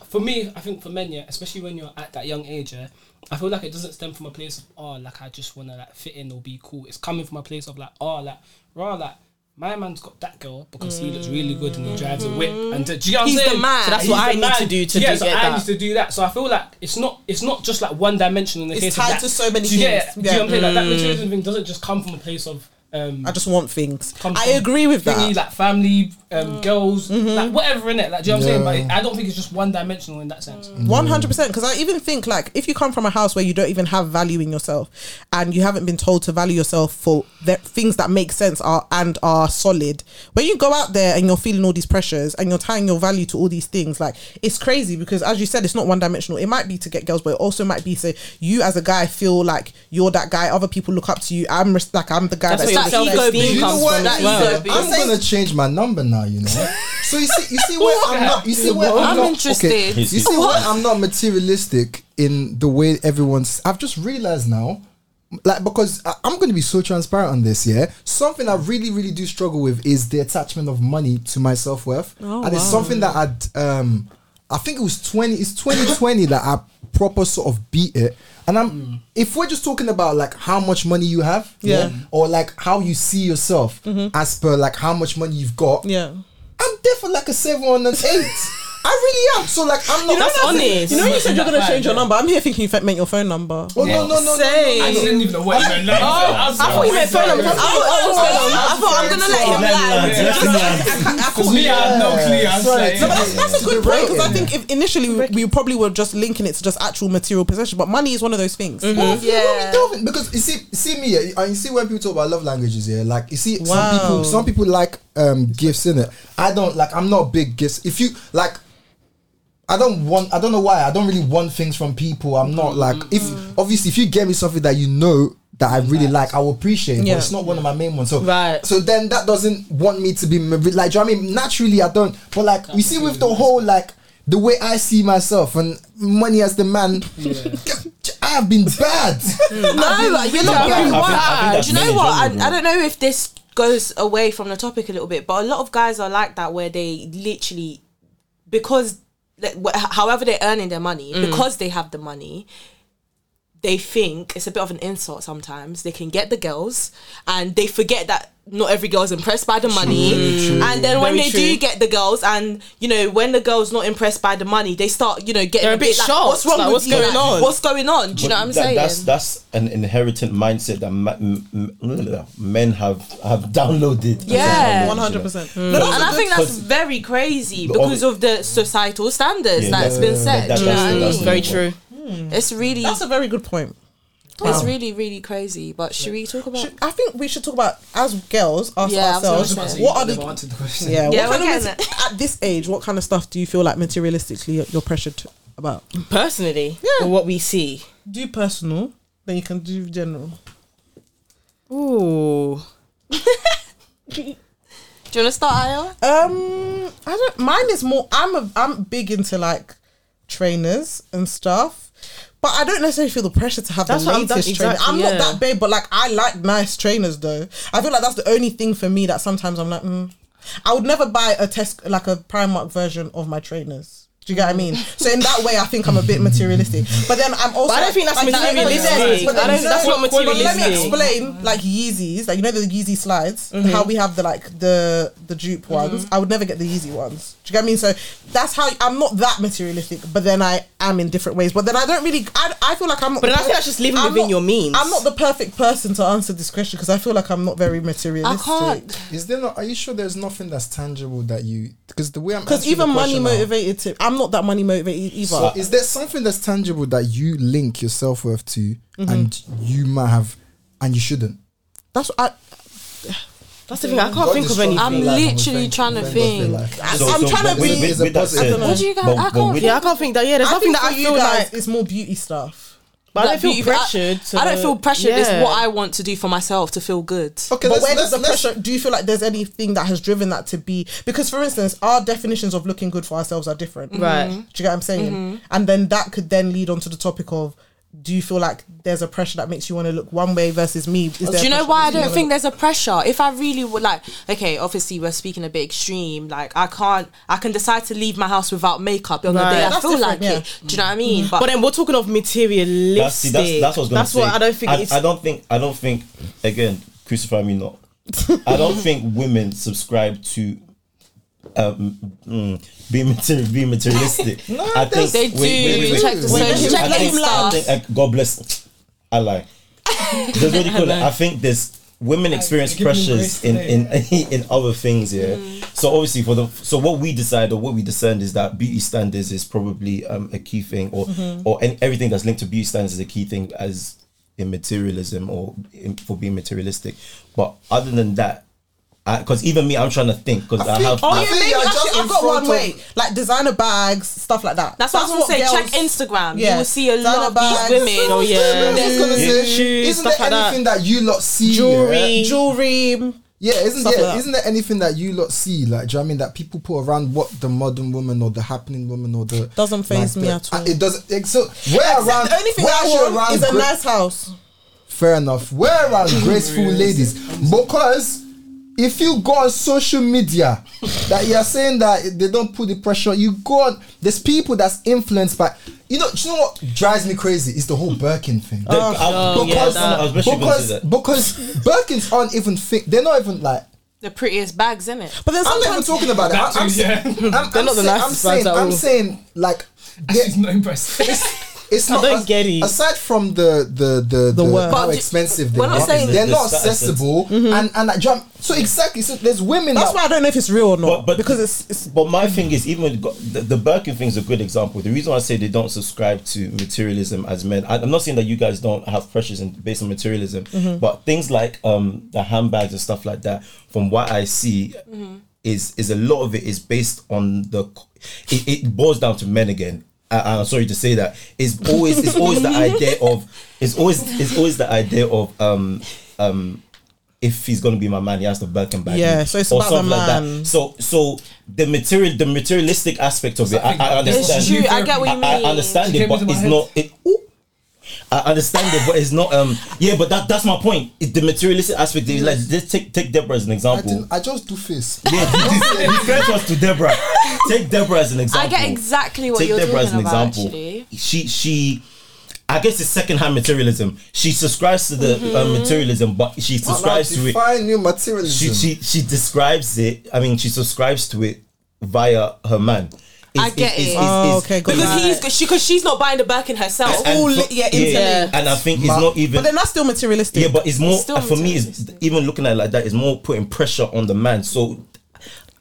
S7: For me, I think for men, yeah, especially when you're at that young age, yeah, I feel like it doesn't stem from a place of oh, like I just wanna like fit in or be cool. It's coming from a place of like oh, like rather like. My man's got that girl because he looks really good and he drives a whip. And do you know what I'm
S3: He's the
S7: saying?
S3: man. So
S2: that's what I need to do to
S7: yeah,
S2: do-
S7: so
S2: get
S7: I
S2: that.
S7: need to do that. So I feel like it's not it's not just like one dimension in the
S4: It's
S7: case
S4: tied
S7: of that.
S4: to so many
S7: do you get
S4: things.
S7: it? Do you know what I'm
S4: Yeah.
S7: saying? Like that materialism thing doesn't just come from a place of um,
S4: I just want things.
S7: Come
S4: I
S7: from
S4: agree with
S7: thingy,
S4: that.
S7: like family, um, girls, like whatever in it. Like, do you know what I'm saying?
S6: Yeah.
S7: But I don't think it's just one dimensional in that sense.
S4: One hundred percent. Because I even think like if you come from a house where you don't even have value in yourself, and you haven't been told to value yourself for the things that make sense are and are solid, when you go out there and you're feeling all these pressures and you're tying your value to all these things, like it's crazy because as you said, it's not one dimensional. It might be to get girls, but it also might be so you as a guy feel like you're that guy. Other people look up to you. I'm res- like I'm the guy
S2: That's
S4: that's,
S2: where your
S4: that's
S2: self
S6: You
S2: esteem
S6: know
S2: comes
S6: what?
S2: from as well.
S6: I'm gonna change my number now. You know. So you see, you see where I'm not. You see where I'm,
S3: I'm
S6: not,
S3: interested.
S6: Okay. You see where I'm not materialistic in the way everyone's. I've just realized now. Like because I- I'm going to be so transparent on this, yeah. Something I really, really do struggle with is the attachment of money to my self worth,
S4: Oh,
S6: and it's something that I'd, um, I think it was twenty, it's 2020 that I proper sort of beat it. And I'm, if we're just talking about like how much money you have,
S4: Mm. Yeah. Mm-hmm.
S6: or like how you see yourself as per like how much money you've got,
S4: yeah.
S6: I'm there for like a seven on an eight. I really am. So like I'm not.
S2: That's honest.
S4: You know, you said you're gonna change your number. I'm here thinking you fa- meant your phone number.
S6: Oh, no, no,
S7: I
S6: no, no,
S2: Same.
S7: didn't even know what you meant. Like, I
S3: thought you meant phone numbers. I thought I thought I'm gonna let him lie.
S7: Because me, I had no clue. I'm
S6: Sorry,
S7: saying.
S6: to-
S4: No, but that's, that's a
S6: to the
S4: good point because I
S6: rating.
S4: think if initially we, we probably were just linking it to just actual material possession, but money is one of those things.
S3: Mm-hmm.
S6: Well, if you
S3: Yeah.
S6: want me delving- because you see, see me, yeah, and you see when people talk about love languages, yeah, like you see some
S4: Wow.
S6: people, some people like um gifts in it. I don't like. I'm not big gifts. If you like, I don't want. I don't know why. I don't really want things from people. I'm
S4: Mm-hmm.
S6: not like. If obviously, if you get me something that you know that I really like, I will appreciate. it,
S4: Yeah.
S6: But it's not one of my main ones. So
S2: Right.
S6: So then that doesn't want me to be m- like. Do you know what I mean? Naturally, I don't. But like, you see, with the whole like. The way I see myself and money as the man, I have been bad.
S4: Hmm.
S3: No, you're not
S5: I
S3: going
S5: think- I think- I think
S3: wild.
S5: that's
S3: Do you know
S5: really
S3: what? I,
S5: general,
S3: I don't know if this goes away from the topic a little bit, but a lot of guys are like that where they literally, because like, wh- however they're earning their money,
S2: Mm.
S3: because they have the money, they think it's a bit of an insult sometimes. They can get the girls and they forget that not every girl's impressed by the money. And then when
S2: Very
S3: they
S2: true.
S3: do get the girls and you know, when the girl's not impressed by the money, they start, you know, getting
S2: They're a bit
S3: like,
S2: shocked,
S3: what's wrong
S2: like,
S3: with
S2: what's
S3: you?
S2: going
S3: Like,
S2: on?
S3: What's going on? Do you know
S5: But
S3: what I'm
S5: that-
S3: saying?
S5: That's that's an inheritant mindset that ma- m- m- men have have downloaded.
S3: Yeah. Mm-hmm.
S4: One hundred percent.
S3: and I think that's
S5: Because-
S3: very crazy
S5: But
S3: because of the societal standards
S5: Yeah,
S3: that's been set.
S5: that-
S3: do you know
S5: that's-
S3: what I
S5: that's
S3: mean?
S2: Very true.
S3: It's really,
S4: That's a very good point.
S3: it's really, really crazy. But should we talk about?
S4: Should- I think we should talk about as girls ask
S3: Yeah, I was gonna
S4: ourselves
S3: say.
S4: what are
S7: Never
S4: the
S7: answered the question.
S4: yeah,
S3: Yeah,
S4: what
S3: we're
S4: kind of
S3: getting
S4: mater- at this age what kind of stuff do you feel like materialistically you're pressured to- about?
S2: Personally,
S4: Yeah.
S2: or what we see.
S4: Do personal, then you can do general.
S2: Ooh.
S3: Do you want to start, Aya?
S4: Um, I don't. Mine is more. I'm a. I'm big into like trainers and stuff, but I don't necessarily feel the pressure to have
S2: That's
S4: the
S2: what I'm-
S4: latest
S2: that-
S4: trainer.
S2: exactly,
S4: I'm
S2: yeah.
S4: not that big, but like I like nice trainers though. I feel like that's the only thing for me that sometimes I'm like, mm. I would never buy a test like a Primark version of my trainers. Do you get what I mean? So in that way, I think I'm a bit materialistic. But then I'm also.
S2: But I don't think that's
S4: like, that-
S2: materialistic.
S4: but
S2: I don't-
S4: no,
S2: that's not
S4: but Let me
S2: materialistic.
S4: explain, like Yeezys, like you know the Yeezy slides,
S2: Mm-hmm.
S4: how we have the like the the dupe ones. I would never get the Yeezy ones. Do you get what I mean? So that's how I'm not that materialistic, but then I am in different ways. But then I don't really. I, I feel like I'm. Not
S2: But
S4: the
S2: then I
S4: per-
S2: think that's just living
S4: I'm
S2: within
S4: not-
S2: your means.
S4: I'm not the perfect person to answer this question because I feel like I'm not very
S3: I
S4: materialistic.
S3: can't.
S6: Is there not? Are you sure there's nothing that's tangible that you? Because the way I'm
S4: Because
S6: answering
S4: even
S6: the
S4: money
S6: question now-
S4: motivated, to, I'm not that money motivated either.
S6: So is there something that's tangible that you link your self worth to,
S4: Mm-hmm.
S6: and you might have, and you shouldn't?
S4: that's I,
S2: That's the thing. I can't
S6: God
S2: think
S6: is
S2: of
S6: strong.
S2: anything.
S3: I'm
S6: Like,
S3: literally
S6: thankful.
S3: trying to
S6: Thank God
S3: think.
S6: for life.
S4: I- I'm trying to
S5: with,
S4: be.
S5: with, with that
S6: I don't
S5: said,
S6: know.
S3: What do you guys- I can't
S5: with-
S2: yeah, I can't think that. Yeah, there's
S4: I
S2: nothing
S4: think
S2: that
S4: for
S2: I
S4: you
S2: feel
S4: guys,
S2: like.
S4: it's more beauty stuff.
S2: But I
S3: Like,
S2: don't feel
S3: beauty- I-
S2: pressured.
S3: I,
S2: to-
S3: don't feel pressured.
S2: Yeah.
S3: It's what I want to do for myself to feel good.
S6: Okay,
S4: but
S6: let's,
S4: where
S6: let's,
S4: does the
S6: let's-
S4: pressure? Do you feel like there's anything that has driven that to be? Because, for instance, our definitions of looking good for ourselves are different,
S2: Right. Mm-hmm.
S4: Do you get what I'm saying? And then that could then lead on to the topic of: Do you feel like there's a pressure that makes you want to look one way versus me? Is there
S3: Do you know
S4: pressure?
S3: why I don't think there's a pressure? If I really would like, okay, obviously we're speaking a bit extreme. Like I can't, I can decide to leave my house without makeup on
S2: Right.
S3: the day I
S4: That's
S3: feel like
S4: different, yeah.
S3: it. Do you know what I mean?
S2: Mm. But then we're talking of materialistic.
S5: that's, see, that's, that's what I was gonna
S2: That's
S5: say.
S2: what I don't think. it's,
S5: I, don't think. I don't think. Again, crucify me not. I don't think women subscribe to um, mm, being material, being materialistic. no, I think
S3: they do. Check the
S4: social-
S5: I
S4: check
S5: think-
S4: the
S5: I
S3: stats.
S5: think, uh, God bless. I lie. There's what you call it. I think there's women experience
S7: give me grace
S5: pressures
S7: Mm.
S5: in
S7: today.
S5: in in other things. Yeah. So obviously for the so what we decide or what we discern is that beauty standards is probably um, a key thing or
S7: Mm-hmm.
S5: or any, everything that's linked to beauty standards is a key thing as in materialism or in, for being materialistic. But other than that, because even me, I'm trying to think because I, have.
S4: Oh
S5: I-
S4: yeah,
S6: think
S4: maybe
S6: you're
S4: actually,
S6: just
S4: I've
S6: in
S4: got
S6: front
S4: one
S6: of-
S4: way, like designer bags, stuff like that.
S3: That's, what I'm saying. Check Instagram.
S4: Yeah.
S3: You will see a
S4: Designer
S3: lot of these
S4: bags.
S3: women.
S2: Oh, yeah.
S6: I was gonna say,
S2: Shoes,
S6: isn't
S2: stuff
S6: there
S2: like that.
S6: anything that. you lot see?
S2: Jewelry.
S6: Yeah,
S4: jewelry.
S6: Yeah, isn't
S4: Stuff
S6: yeah,
S4: like that.
S6: isn't there anything that you lot see? Like, do you know what I mean that people put around what the modern woman or the happening woman or the
S4: Doesn't faze
S6: like
S4: me
S6: the-
S4: at all.
S6: uh, It doesn't. it- So where around?
S4: the only thing
S6: where
S4: I
S6: you're
S4: want
S6: around
S4: is a
S6: gra-
S4: nice house.
S6: Fair enough. Where around graceful ladies? Because if you go on social media that you're saying that they don't put the pressure, you go on. There's people that's influenced by. You know, do you know what drives me crazy? Is the whole Birkin thing.
S7: Oh,
S5: I- I-
S2: Oh, yeah,
S5: because
S2: that-
S5: I was literally gonna say
S6: because
S5: that.
S6: because Birkins aren't even think they're not even like
S3: the prettiest bags in it.
S4: But
S6: I'm
S4: then
S6: not even
S4: sometimes
S6: talking about that.
S7: That
S6: I'm,
S7: too, yeah.
S6: I'm, I'm,
S2: They're not the
S6: saying- I'm
S2: nicest
S6: saying,
S2: ones at
S6: I'm
S2: all.
S6: saying, like,
S7: She's not impressed.
S6: it's not.
S2: don't get it.
S6: Aside from the the the, the,
S4: word.
S6: how
S3: But ju-
S6: expensive they
S3: we're not
S6: are,
S3: saying-
S6: they're not
S5: The status.
S6: accessible, and and like, jump. So exactly, so there's women
S4: that's
S6: that
S4: why I don't know if it's real or
S5: But,
S4: not.
S5: but
S4: because it's, it's Mm.
S5: but my thing is even with go- the, the Birkin thing is a good example. The reason why I say they don't subscribe to materialism as men, I, I'm not saying that you guys don't have pressures in, based on materialism,
S4: Mm-hmm.
S5: but things like um the handbags and stuff like that. From what I see, Mm-hmm. is is a lot of it is based on the c- it, it boils down to men again. I, I'm sorry to say that it's always it's always the idea of it's always it's always the idea of um um. If he's gonna be my man, he has to Birkin bag. me,
S4: Yeah, so it's
S5: or
S4: about the
S5: something like that.
S4: man.
S5: So so the material the materialistic aspect of it, I, I
S7: It's
S5: understand.
S3: It's true. I get what you mean.
S5: I, I understand
S7: She
S5: it,
S7: came
S5: but
S7: into my
S5: it's
S7: head.
S5: not. It, ooh. I understand it, but it's not. Um, yeah, but that that's my point. It, the materialistic aspect. Is like, just take take Deborah as an
S6: I,
S5: example.
S6: didn't, I just do face.
S5: Yeah, you- you refer to us to Deborah. Take Deborah as an
S3: I
S5: example.
S3: get exactly what
S5: Take
S3: you're
S5: Deborah as
S3: talking
S5: an
S3: about.
S5: example.
S3: Actually,
S5: She she. I guess it's secondhand materialism. She subscribes to the
S3: Mm-hmm.
S5: uh, materialism, but she subscribes to it
S6: Define new materialism.
S5: she, she she describes it. I mean, she subscribes to it via her man.
S3: I get it.
S4: Oh, okay, good.
S3: because he's she because she's not buying the Birkin herself.
S5: and
S4: all
S5: for-
S4: li- yeah, interlinked.
S5: and I think it's
S6: Ma-
S5: not even.
S4: but then that's still materialistic.
S5: yeah, but it's more
S3: still
S5: for me. It's
S3: materialistic.
S5: even looking at it like that is more putting pressure on the man. So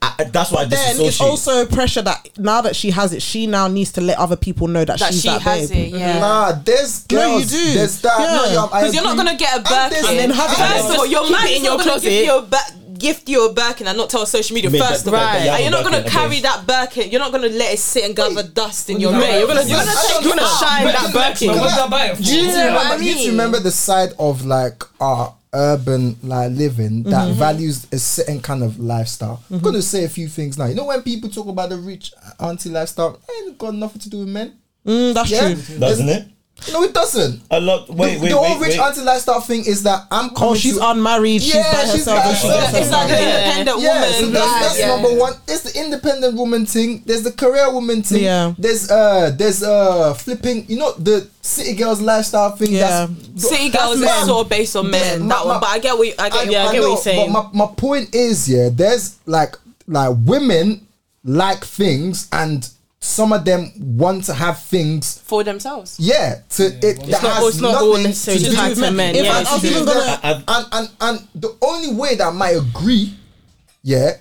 S5: I, I- that's why I
S4: then
S5: disassociate.
S4: it's also pressure that now that she has it, she now needs to let other people know that,
S3: that
S4: she's
S3: she
S4: that
S3: has
S4: babe.
S3: it. Yeah.
S6: Nah, there's
S4: No, you
S6: girls.
S4: do.
S6: There's that.
S4: Yeah.
S6: No,
S3: Because you're not gonna get a Birkin.
S6: And then
S4: have it
S3: First
S4: in
S3: of all, your
S2: Keep
S3: man
S2: it
S3: is
S2: in
S3: not
S2: your
S3: gonna give
S2: closet.
S3: you a ba- gift you a Birkin and not tell social media
S5: I mean, that-
S3: first of
S5: that-
S3: all.
S5: that you
S3: And
S5: have a
S3: you're not gonna
S5: Birkin, okay.
S3: carry that Birkin. You're not gonna let it sit and gather dust in your
S7: do you
S3: man.
S7: mean?
S3: You're gonna
S7: I
S3: you're gonna
S6: don't
S3: take you're gonna
S6: know.
S3: shine that Birkin.
S7: What did I buy it for?
S3: Do you know
S7: Yeah.
S3: what I
S6: But you need to
S3: mean?
S6: remember the side of like our urban like living that
S3: Mm-hmm.
S6: values a certain kind of lifestyle. I'm gonna say a few things now. You know when people talk about the rich auntie lifestyle, it ain't got nothing to do with men.
S4: Mm, that's
S6: Yeah,
S4: true.
S5: doesn't it?
S6: No, it doesn't.
S5: A lot. Wait,
S6: the,
S5: wait,
S6: the
S5: wait,
S6: whole rich
S5: wait.
S6: auntie lifestyle thing is that I'm coming.
S4: Oh, she's
S6: to,
S4: unmarried.
S6: Yeah,
S4: she's by
S6: she's
S4: herself.
S6: by
S4: and she
S6: herself.
S4: doesn't
S3: It's like
S4: know.
S3: an independent
S6: yeah, so
S3: woman.
S6: that's,
S3: right,
S6: that's
S3: yeah.
S6: number one. It's the independent woman thing. There's the career woman thing.
S4: Yeah.
S6: There's uh there's uh flipping. You know the city girls lifestyle thing.
S4: Yeah.
S6: That's,
S3: City
S6: that's
S3: girls
S6: men.
S3: is sort of based on men.
S6: Yeah,
S3: that
S6: my-
S3: one, but I get what you, I get.
S2: yeah, I get what you're saying.
S6: But my, my point is, yeah, there's like like women like things, and some of them want to have things.
S3: for themselves.
S6: Yeah, to it. that
S2: not-
S6: has
S2: it's not all
S6: nothing
S2: necessarily
S6: to
S2: just
S6: do
S2: like
S6: with
S2: men.
S6: men.
S2: If
S6: Yeah,
S2: I-
S6: it's
S4: I was
S6: to do
S4: even
S6: with
S4: gonna-
S6: them. and and and the only way that I might agree, yeah,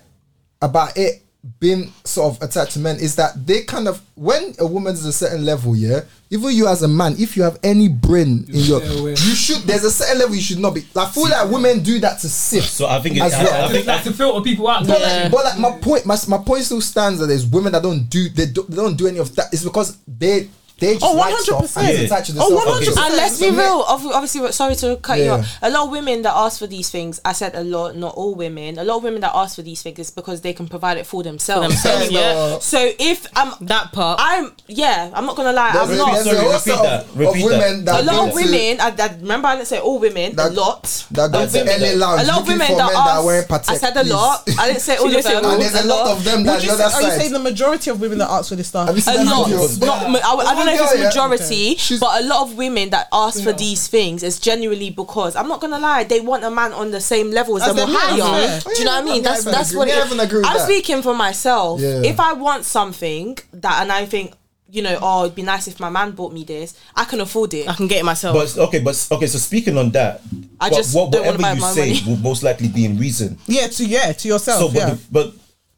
S6: about it being sort of attached to men is that they kind of when a woman's a certain level, yeah, even you as a man, if you have any brain in your,
S7: stay away.
S6: you should. There's a certain level you should not be. Like, I feel like women do that to sift.
S5: So I think it,
S6: As
S5: I,
S6: well.
S5: I think
S7: Like to filter people out.
S6: But, like, but like my point, my, my point still stands that there's women that don't do they, do, they don't do any of that. It's because they they just
S4: Oh,
S6: like stuff and
S4: 100%.
S6: it's attached to
S4: Oh,
S6: themselves.
S4: 100%.
S3: And let's be real. ob- Obviously, we're- sorry to cut you
S6: Mm-hmm. Yeah.
S3: off. A lot of women that ask for these things, I said a lot, not all women. A lot of women that ask for these things is because they can provide it for themselves.
S2: themselves, yeah.
S3: So if I'm,
S2: That part.
S3: I'm, yeah, I'm not gonna lie,
S6: There's
S3: Uh, I'm
S6: a-
S3: not.
S6: there's a
S5: Sorry,
S6: whole
S5: repeat
S6: set of-
S5: that.
S6: of
S5: Repeat that.
S6: women that
S3: A lot of
S6: go to-
S3: women. I, I remember I didn't say all women.
S6: That-
S3: a lot.
S6: that go
S5: of
S6: to
S5: women
S6: LA
S5: that-
S6: lounge
S3: A lot of
S6: looking
S3: women
S6: for
S3: that
S6: men that wear
S3: ask.
S6: Patek.
S3: I said a
S6: please.
S3: lot. I didn't say all didn't of say them.
S6: and there's a lot of them
S4: Would
S6: that
S4: you
S6: know
S4: say,
S6: that
S4: are you saying
S6: side.
S4: the majority of women that ask for this stuff?
S6: Have you seen
S3: a
S6: that
S3: lot,
S6: video?
S3: not, ma- I, I don't know if
S6: Yeah,
S3: it's
S6: Oh yeah.
S3: majority,
S6: She's-
S3: but a lot of women that ask for these things is genuinely because I'm not gonna lie, they want a man on the same level as
S4: As
S3: them or
S4: them, yeah,
S3: higher.
S4: yeah.
S3: Do you know what I
S6: Yeah,
S3: mean? That's
S6: I
S3: that's
S6: agree.
S3: what it
S6: Yeah,
S3: is.
S6: I agree with
S3: I'm
S6: that.
S3: speaking for myself.
S6: Yeah.
S3: If I want something that, and I think you know, oh, it'd be nice if my man bought me this, I can afford it.
S2: I can get it myself.
S5: But okay, but okay. So speaking on that,
S3: I
S5: but
S3: just
S5: what,
S3: don't wanna
S5: whatever
S3: buy
S5: you
S3: my
S5: say
S3: money.
S5: will most likely be in reason.
S4: Yeah, to yeah, to yourself.
S5: So, but,
S4: yeah.
S5: the- but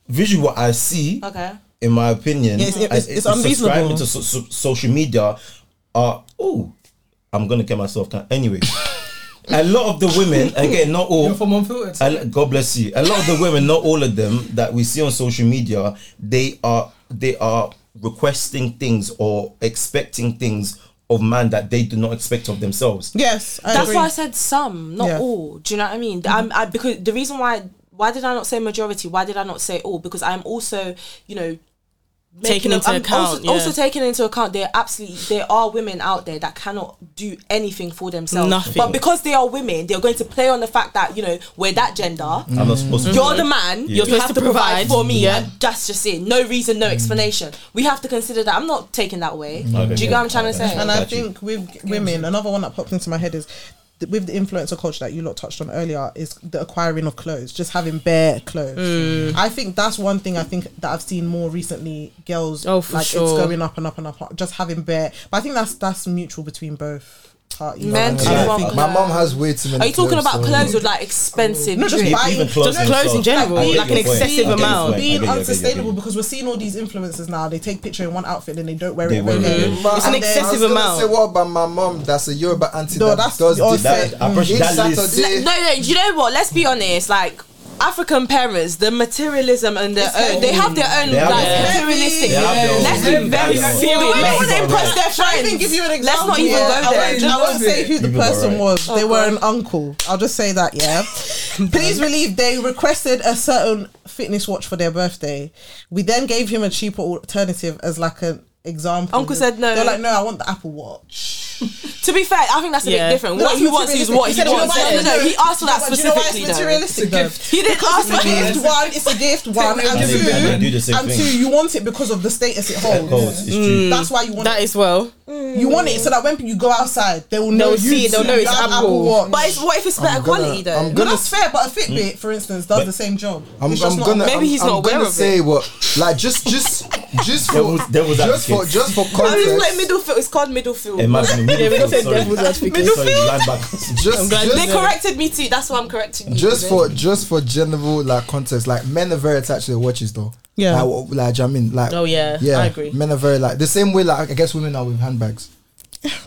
S5: visually, what I see,
S3: Okay.
S5: in my opinion,
S4: Yeah, it's- it's-
S5: I-
S4: it's unreasonable.
S5: Subscribing to so, so- social media are oh, I'm gonna get myself can anyway. a lot of the women, again, not all.
S7: You're from unfiltered.
S5: a lo- God bless you. A lot of the women, not all of them, that we see on social media, they are they are requesting things or expecting things of man that they do not expect of themselves.
S4: yes, I
S3: That's
S4: agree.
S3: why I said some, not
S4: Yeah.
S3: all. Do you know what I mean? I'm, I because the reason why why did I not say majority? Why did I not say all? Because I'm also, you know, making-
S2: Taking into
S3: I'm
S2: account,
S3: Also,
S2: yeah.
S3: also taking into account, there are absolutely there are women out there that cannot do anything for themselves.
S2: Nothing.
S3: But because they are women, they're going to play on the fact that you know we're that gender.
S5: I'm not supposed to.
S3: You're the man.
S5: You're
S3: You're
S2: Mm. supposed
S3: supposed
S2: to
S3: to provide,
S2: provide.
S3: for me.
S2: Yeah.
S3: And that's just it. No reason, no explanation. We have to consider that. I'm not taking that away. Do you get what I'm trying to say?
S4: and I
S5: Got you.
S4: think with women, another one that popped into my head is th- with the influencer culture that you lot touched on earlier is the acquiring of clothes, just having bare clothes.
S2: Mm.
S4: I think that's one thing I think that I've seen more recently. Girls,
S2: Oh, for
S4: like it's
S2: sure.
S4: going up and up and up, just having bare. But I think that's that's mutual between both parties.
S3: Men
S6: Yeah,
S3: do
S6: I
S3: want
S6: think-
S3: clothes.
S6: my mom has way too many.
S3: Are you talking
S6: clothes,
S3: about
S6: so-
S3: clothes with like expensive?
S4: No, just
S3: trips?
S4: buying
S2: Just clothes in general,
S5: I get
S2: like an
S5: your point.
S2: excessive
S5: I get your
S2: amount.
S5: point. I get your- I
S4: being
S5: get your- I get your-
S4: unsustainable because we're seeing all these influencers now. They take picture in one outfit and they don't wear
S5: They
S4: it.
S5: wear
S4: again.
S5: it.
S6: But
S2: It's an
S6: I was
S2: excessive
S6: gonna
S2: amount.
S6: Say what about my mom? That's a Yoruba auntie
S4: No,
S6: that
S4: that's
S6: does
S4: your
S6: this.
S4: set.
S5: That, I appreciate
S6: Each
S5: that list.
S6: Saturday,
S3: Le- no, no. You know what? Let's be honest. Like African parents, the materialism and their own, they have their own
S5: They have
S3: like
S5: their own.
S3: materialistic.
S5: They have their own.
S3: Let's
S5: They
S3: be
S5: have
S3: very
S5: their own.
S3: serious. The way they want to
S5: They
S3: impress their
S4: Shall I even
S3: friends.
S4: give you an
S3: Let's
S4: example?
S3: not even
S4: Yeah,
S3: go
S4: I
S3: there.
S4: won't, I won't say who the
S5: People are
S4: person
S5: right.
S4: was.
S3: Oh,
S4: they were
S3: God.
S4: an uncle. I'll just say that, yeah. Please believe they requested a certain fitness watch for their birthday. We then gave him a cheaper alternative as like an example.
S3: Uncle said no.
S4: They're like, no, I want the Apple Watch.
S3: To be fair, I think that's a
S2: Yeah.
S3: bit different.
S4: No,
S3: what he
S4: it's
S3: wants is
S4: materialistic.
S3: what
S4: He
S3: he,
S4: said, you know
S3: wants.
S4: why
S3: No,
S4: it's
S3: no, no. He asked for that
S4: But do you know why it's
S3: specifically. though.
S4: materialistic though?
S3: He didn't ask for
S4: It's
S3: it.
S4: one, it's a gift. One and
S5: I do-
S4: two,
S5: I do the same
S4: and
S5: thing.
S4: two. You want it because of the status
S5: That
S4: it
S5: codes,
S4: holds.
S5: it's
S3: Mm.
S5: true.
S4: That's why you want
S2: That
S4: it.
S2: is well.
S4: You want it so that when you go outside, they will know
S2: They'll
S4: you
S2: see it, they'll
S4: too.
S2: know it's
S4: You have
S2: Apple.
S4: Watch.
S3: But it's, what if it's better
S6: I'm gonna-
S3: quality though?
S6: I'm
S4: No,
S6: gonna-
S4: that's fair, but a Fitbit, for instance, does the same job.
S6: Hmm. I'm,
S4: It's just
S6: I'm
S4: not-
S6: gonna.
S3: maybe
S6: I'm-
S3: he's
S6: I'm
S3: not aware
S6: gonna
S3: of it.
S6: say what, like, just, just, just for,
S5: There was- there was
S6: just for,
S5: advocates.
S6: just for
S3: I mean, it's like
S6: context.
S3: middle field. It's called middle field.
S5: Imagine yeah,
S2: we don't say devil's advocate.
S5: Sorry, linebacker.
S6: Just,
S3: They
S6: just,
S3: corrected me too. That's why I'm correcting you.
S6: just for, just for general like context. Like, men are very attached to their watches, though.
S4: Yeah.
S6: Like, what- like do you know what I mean, like,
S2: Oh yeah,
S6: yeah,
S2: I agree.
S6: Men are very like the same way. Like, I guess women are with handbags.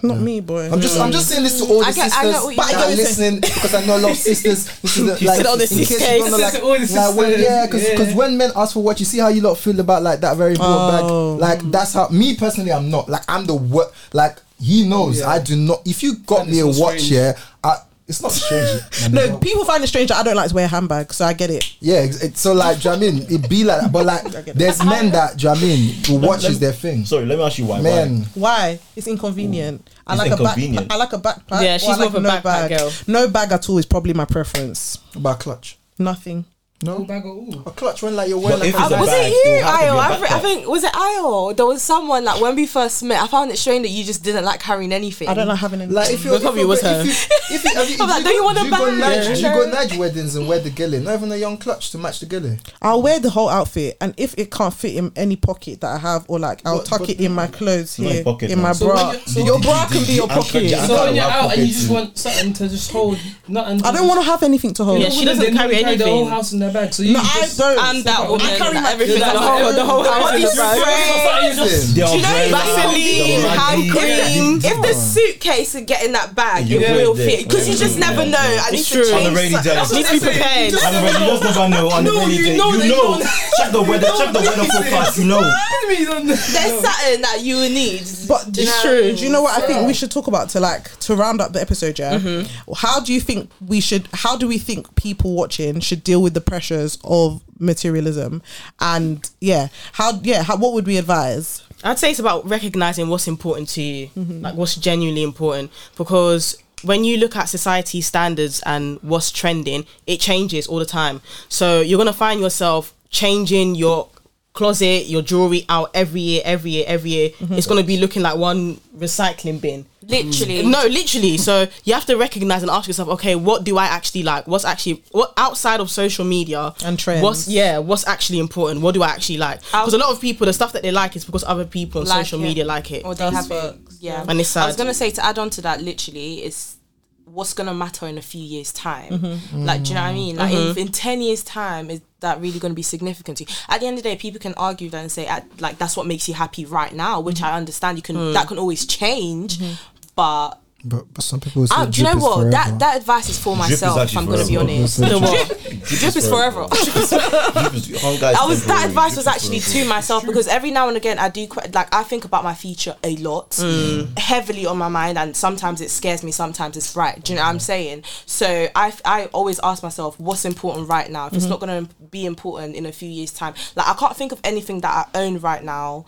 S4: not me, boy.
S6: I'm just, I'm just saying this to all
S3: I
S6: the
S3: get- I
S6: sisters
S3: get what you
S6: that
S3: mean.
S6: are listening because I know a lot of sisters. This is the,
S5: You
S6: like,
S2: said all the
S6: in case you
S2: sisters.
S6: don't know, like,
S7: Sisters, all the
S6: like, when,
S7: sisters.
S6: yeah, because
S7: Yeah.
S6: when men ask for what, you see how you lot feel about like that very broad
S4: Oh.
S6: bag. Like that's how me personally, I'm not like I'm the what like he knows I do not. If you got
S7: And
S6: me a
S7: it's not
S6: watch,
S7: strange.
S6: yeah, I, it's not strange.
S4: No, people find it strange that I don't like to wear handbags, so I get it.
S6: Yeah, it's, it's so like, do you know what I mean? It be like, that, but like, there's men that, do you know what I mean? Who watches their thing.
S5: Sorry, let me ask you why.
S6: men,
S4: Why? It's inconvenient. I
S5: It's
S4: like a
S5: inconvenient.
S4: back. I like a backpack.
S2: Yeah,
S4: or
S2: she's
S4: I like
S2: more of a backpack girl.
S4: No bag at all is probably my preference.
S6: about clutch.
S4: Nothing.
S7: All
S6: No,
S7: bag at all.
S6: a clutch when like you're
S5: Why?
S6: wearing.
S5: But if
S6: Like,
S5: it's
S6: a-
S5: a
S3: was
S5: bag,
S3: it you,
S5: will have to be a
S3: Ayo? I, thi- I
S5: backpack.
S3: think was it Ayo? There was someone like when we first met. I found it strange that you just didn't like carrying anything.
S4: I don't like having any.
S6: like if you're
S2: But probably
S6: if
S2: was
S6: you're-
S2: her.
S6: If you, if you, have you, if
S3: I'm like,
S6: go-
S3: don't you want a
S6: do Go
S3: bag?
S6: Nige, do you go
S3: Yeah.
S6: Nige weddings and wear the gilly? Not even a young clutch to match the gilly.
S4: I'll wear the whole outfit, and if it can't fit in any pocket that I have, or like I'll
S6: But-
S4: tuck
S6: but-
S4: it in my clothes
S5: Not in
S4: here,
S5: pocket,
S4: in my
S5: no.
S7: So
S4: bra.
S7: when you- so-
S4: your bra can be your
S5: I'm
S4: pocket.
S5: trying- I'm
S7: So
S5: trying
S7: when
S5: to
S7: you're
S5: wrap
S7: out and you just
S5: pockets.
S7: want something to just hold, nothing.
S4: I don't want to have anything to hold.
S2: Yeah, she doesn't carry
S7: The whole
S2: anything.
S7: house in their bag. So you
S4: No, I
S7: just,
S4: don't.
S2: And that woman,
S4: I carry my
S2: everything,
S7: Yeah,
S2: the
S7: that
S2: whole,
S7: woman.
S2: the whole house in the bag.
S5: They are
S3: Do you know
S5: very
S3: Vaseline,
S5: loud.
S3: hand
S5: They-
S3: cream?
S5: they-
S3: If the suitcase and get in that bag,
S5: You
S3: it
S5: wear
S3: will
S5: it
S3: fit because
S5: there.
S3: you just
S5: Yeah.
S3: never know. I need
S2: It's
S3: to
S2: true.
S3: change.
S5: On a rainy
S3: some-
S5: day.
S3: That's
S2: Need
S3: what
S2: to
S3: I'm
S2: be
S3: saying.
S2: prepared.
S3: Just-
S5: And when you just never know on
S3: No,
S5: any
S3: you
S5: day,
S3: know
S5: you
S3: they
S5: know.
S3: don't.
S5: Check the weather, check the weather forecast, you know.
S3: There's something that you need.
S4: But
S3: Do you know what
S4: it's
S3: I
S4: true.
S3: mean?
S4: Do you know what I think we should talk about to like to round up the episode? Yeah. How do you think we should? How do we think people watching should deal with the pressures of materialism? And yeah, how yeah, how, what would we advise?
S2: I'd say it's about recognizing what's important to you, like what's genuinely important, because when you look at society standards and what's trending, it changes all the time. So you're gonna find yourself changing your closet, your jewelry out every year, every year, every year. It's gonna be looking like one recycling bin.
S3: Literally.
S2: Mm. No, literally. So you have to recognize and ask yourself, okay, what do I actually like? What's actually what outside of social media
S4: And trends.
S2: What's yeah? What's actually important? What do I actually like? Because a lot of people, the stuff that they like is because other people on
S3: Like
S2: social
S3: it.
S2: media like it.
S3: or they have it. Yeah.
S2: And it's
S3: I was
S2: sad.
S3: gonna say to add on to that, literally, it's what's gonna matter in a few years' time. Like, do you know what I mean? Like, in, in ten years' time, is that really gonna be significant to you? At the end of the day, people can argue that and say, at, like, that's what makes you happy right now, which I understand. You can that can always change, but.
S6: But, but some people say
S3: I, Ah, do you know what? That that advice is for
S5: Drip is
S3: myself. If
S5: actually
S3: I'm going to be
S5: forever.
S3: honest,
S2: The what?
S3: drip is forever.
S5: Drip is- hunger is
S3: I was that
S5: temporary.
S3: advice
S5: Drip
S3: was
S5: is
S3: actually
S5: forever.
S3: to myself because every now and again I do quite like I think about my future a lot, heavily on my mind, and sometimes it scares me, sometimes it's right. Do you know what I'm saying? So I I always ask myself what's important right now. If it's not going to be important in a few years time, like I can't think of anything that I own right now.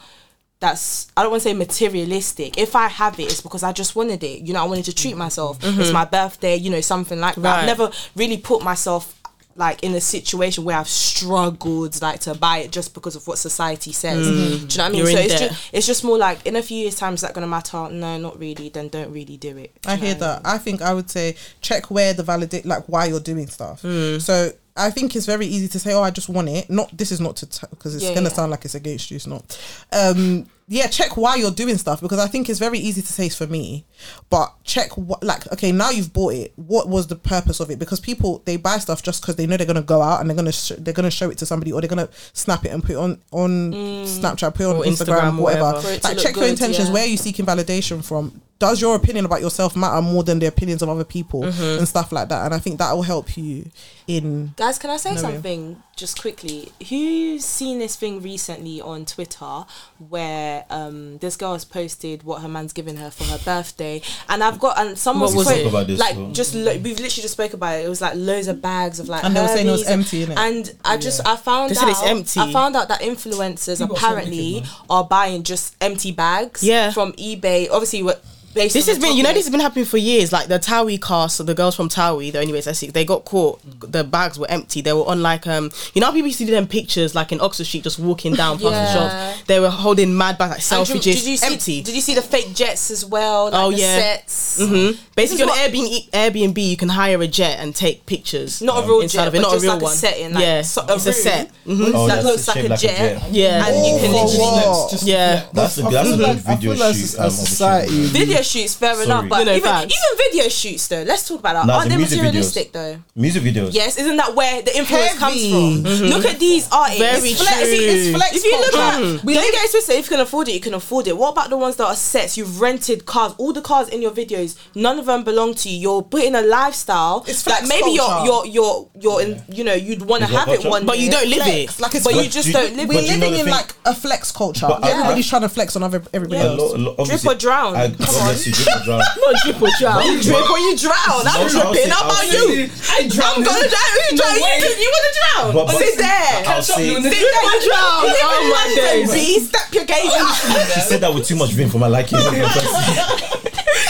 S3: That's I don't want to say materialistic. If I have it, it's because I just wanted it. You know, I wanted to treat myself. It's my birthday. You know, something like that. I've
S2: Right.
S3: never really put myself like in a situation where I've struggled like to buy it just because of what society says. Do you know what I mean?
S2: Mm. You're in
S3: so it's
S2: debt.
S3: just, it's just more like in a few years' time, is that going to matter? No, not really. Then don't really do it. Do
S4: I
S3: you know
S4: hear
S3: what mean?
S4: that. I think I would say check where the validate, like why you're doing stuff.
S3: Hmm.
S4: So I think it's very easy to say, oh, I just want it. Not this is not to because it's
S3: Yeah,
S4: gonna
S3: yeah.
S4: sound like it's against you. It's not. Um, yeah, check why you're doing stuff because I think it's very easy to say it's for me, but check what like okay now you've bought it. What was the purpose of it? Because people they buy stuff just because they know they're gonna go out and they're gonna sh- they're gonna show it to somebody or they're gonna snap it and put it on on
S3: Hmm.
S4: Snapchat, put it on
S2: Or
S4: Instagram,
S2: Instagram,
S4: whatever.
S2: whatever. For
S3: it to
S4: Like
S3: look
S4: check your
S3: good,
S4: intentions.
S3: yeah.
S4: Where are you seeking validation from? Does your opinion about yourself matter more than the opinions of other people and stuff like that? And I think that will help you in.
S3: Guys, can I say
S4: No, yeah.
S3: something just quickly? Who's seen this thing recently on Twitter where um, this girl has posted what her man's given her for her birthday? And I've got and someone
S2: What was
S3: quote-
S2: it?
S5: About this,
S3: like
S5: though.
S3: just lo- we've literally just spoke about it. It was like loads of bags of like
S4: And they were saying it was
S3: Hermes.
S4: empty, innit?
S3: And I just I found
S2: They
S3: out
S2: said it's empty.
S3: I found out that influencers
S7: People are so
S3: apparently
S7: wicked, man.
S3: are buying just empty bags
S2: Yeah.
S3: from eBay. Obviously, what based
S2: This
S3: on
S2: has
S3: the
S2: been, you know,
S3: topic.
S2: this has been happening for years. Like the Towie cast, so the girls from Towie, the only way I see, they got caught.
S3: Mm.
S2: The bags were empty. They were on like, um, you know, how people used to do them pictures like in Oxford Street, just walking down past
S3: Yeah.
S2: the shops. They were holding mad bags, like
S3: And do-
S2: selfie
S3: did you see,
S2: empty.
S3: Did you see the fake jets as well? Like
S2: Oh,
S3: the
S2: yeah. Mm-hmm.
S3: Sets.
S2: Basically, on
S3: Hmm? This
S2: Airbnb, Airbnb, you can hire a jet and take pictures. um,
S3: not a real
S2: inside
S3: jet,
S2: of it,
S3: but
S2: not a
S3: just
S2: real
S3: like
S2: one.
S3: a setting. Like,
S2: Yeah,
S3: so- a
S2: it's a
S3: room
S2: set. Mm-hmm.
S5: Oh,
S3: That
S5: that's
S3: looks
S5: shaped
S3: like a
S5: like a
S3: jet,
S5: jet.
S2: Yeah.
S3: and you can
S6: Oh,
S3: literally
S6: wow.
S7: Just-
S2: yeah.
S5: That's a,
S6: I
S5: that's a
S6: feel
S5: good
S6: like- I
S5: video
S6: feel like
S5: shoot.
S6: as society-
S5: opportunity.
S3: video shoots. Fair
S5: Sorry.
S3: enough, but
S2: No, no,
S3: even
S2: facts.
S3: even video shoots though. Let's talk about that.
S5: Nah,
S3: Aren't
S5: the
S3: they
S5: music videos.
S3: materialistic though?
S5: Music videos.
S3: Yes, isn't that where the influence
S4: Heavy. Mm-hmm.
S3: comes from? Look at these artists.
S2: Very
S3: It's flex-
S2: true.
S3: it's flex
S4: If
S3: if
S4: you
S3: you
S4: look at- we
S3: don't get it twisted. If you can afford it, you can afford it. What about the ones that are sets? You've rented cars. All the cars in your videos, none of them belong to you. You're putting a lifestyle
S4: It's
S3: that
S4: flex
S3: maybe you're you're
S4: culture.
S3: you're you're in. You know, you'd want to
S5: Is that
S3: have it
S5: culture?
S3: one,
S2: But you
S3: day.
S2: don't live
S4: Flex.
S2: it.
S4: Like it's
S3: But
S4: we're,
S3: you just
S5: do
S3: don't live
S5: but
S3: it.
S5: do you know
S4: living
S5: the
S4: in
S5: thing?
S4: like a flex culture.
S5: But I-
S4: Everybody's
S5: I-
S4: trying to flex on other everybody
S5: A
S4: else.
S5: lot- a lot-
S3: Drip
S5: obviously-
S3: or drown.
S5: I, God bless you, drip or drown.
S2: Not drip or drown.
S3: Drip or you drown.
S5: I'll
S3: I'm
S5: say- I'll
S3: dripping. How
S5: say-
S3: about you?
S7: I drowned.
S3: I'm gonna drown. You
S7: No
S3: drown.
S7: way.
S3: You, you wanna drown?
S5: But- but-
S3: Sit there.
S5: I'll say,
S3: Sit there. You drown.
S2: drown.
S3: You live
S2: Oh
S3: in
S2: my
S3: London,
S2: days.
S3: B. Step your game
S4: Oh,
S3: up.
S5: She said that with too much vim for my liking.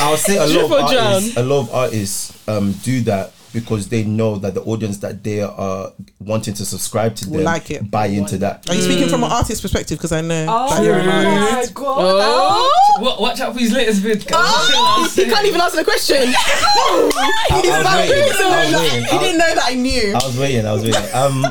S5: I'll say a lot of
S2: Triple drown.
S5: artists, a lot of artists um, do that because they know that the audience that they are wanting to subscribe to
S4: Will
S5: them
S4: like it.
S5: buy into that.
S4: Are you speaking from an artist perspective? Because I know. that you're an artist.
S3: my god. Oh.
S7: Wa- Watch out for his latest vid. guys.
S2: He can't even answer the question.
S5: I, I was waiting, I was
S4: Like,
S5: waiting,
S4: you didn't know that I knew.
S5: I was waiting. I was waiting. Um,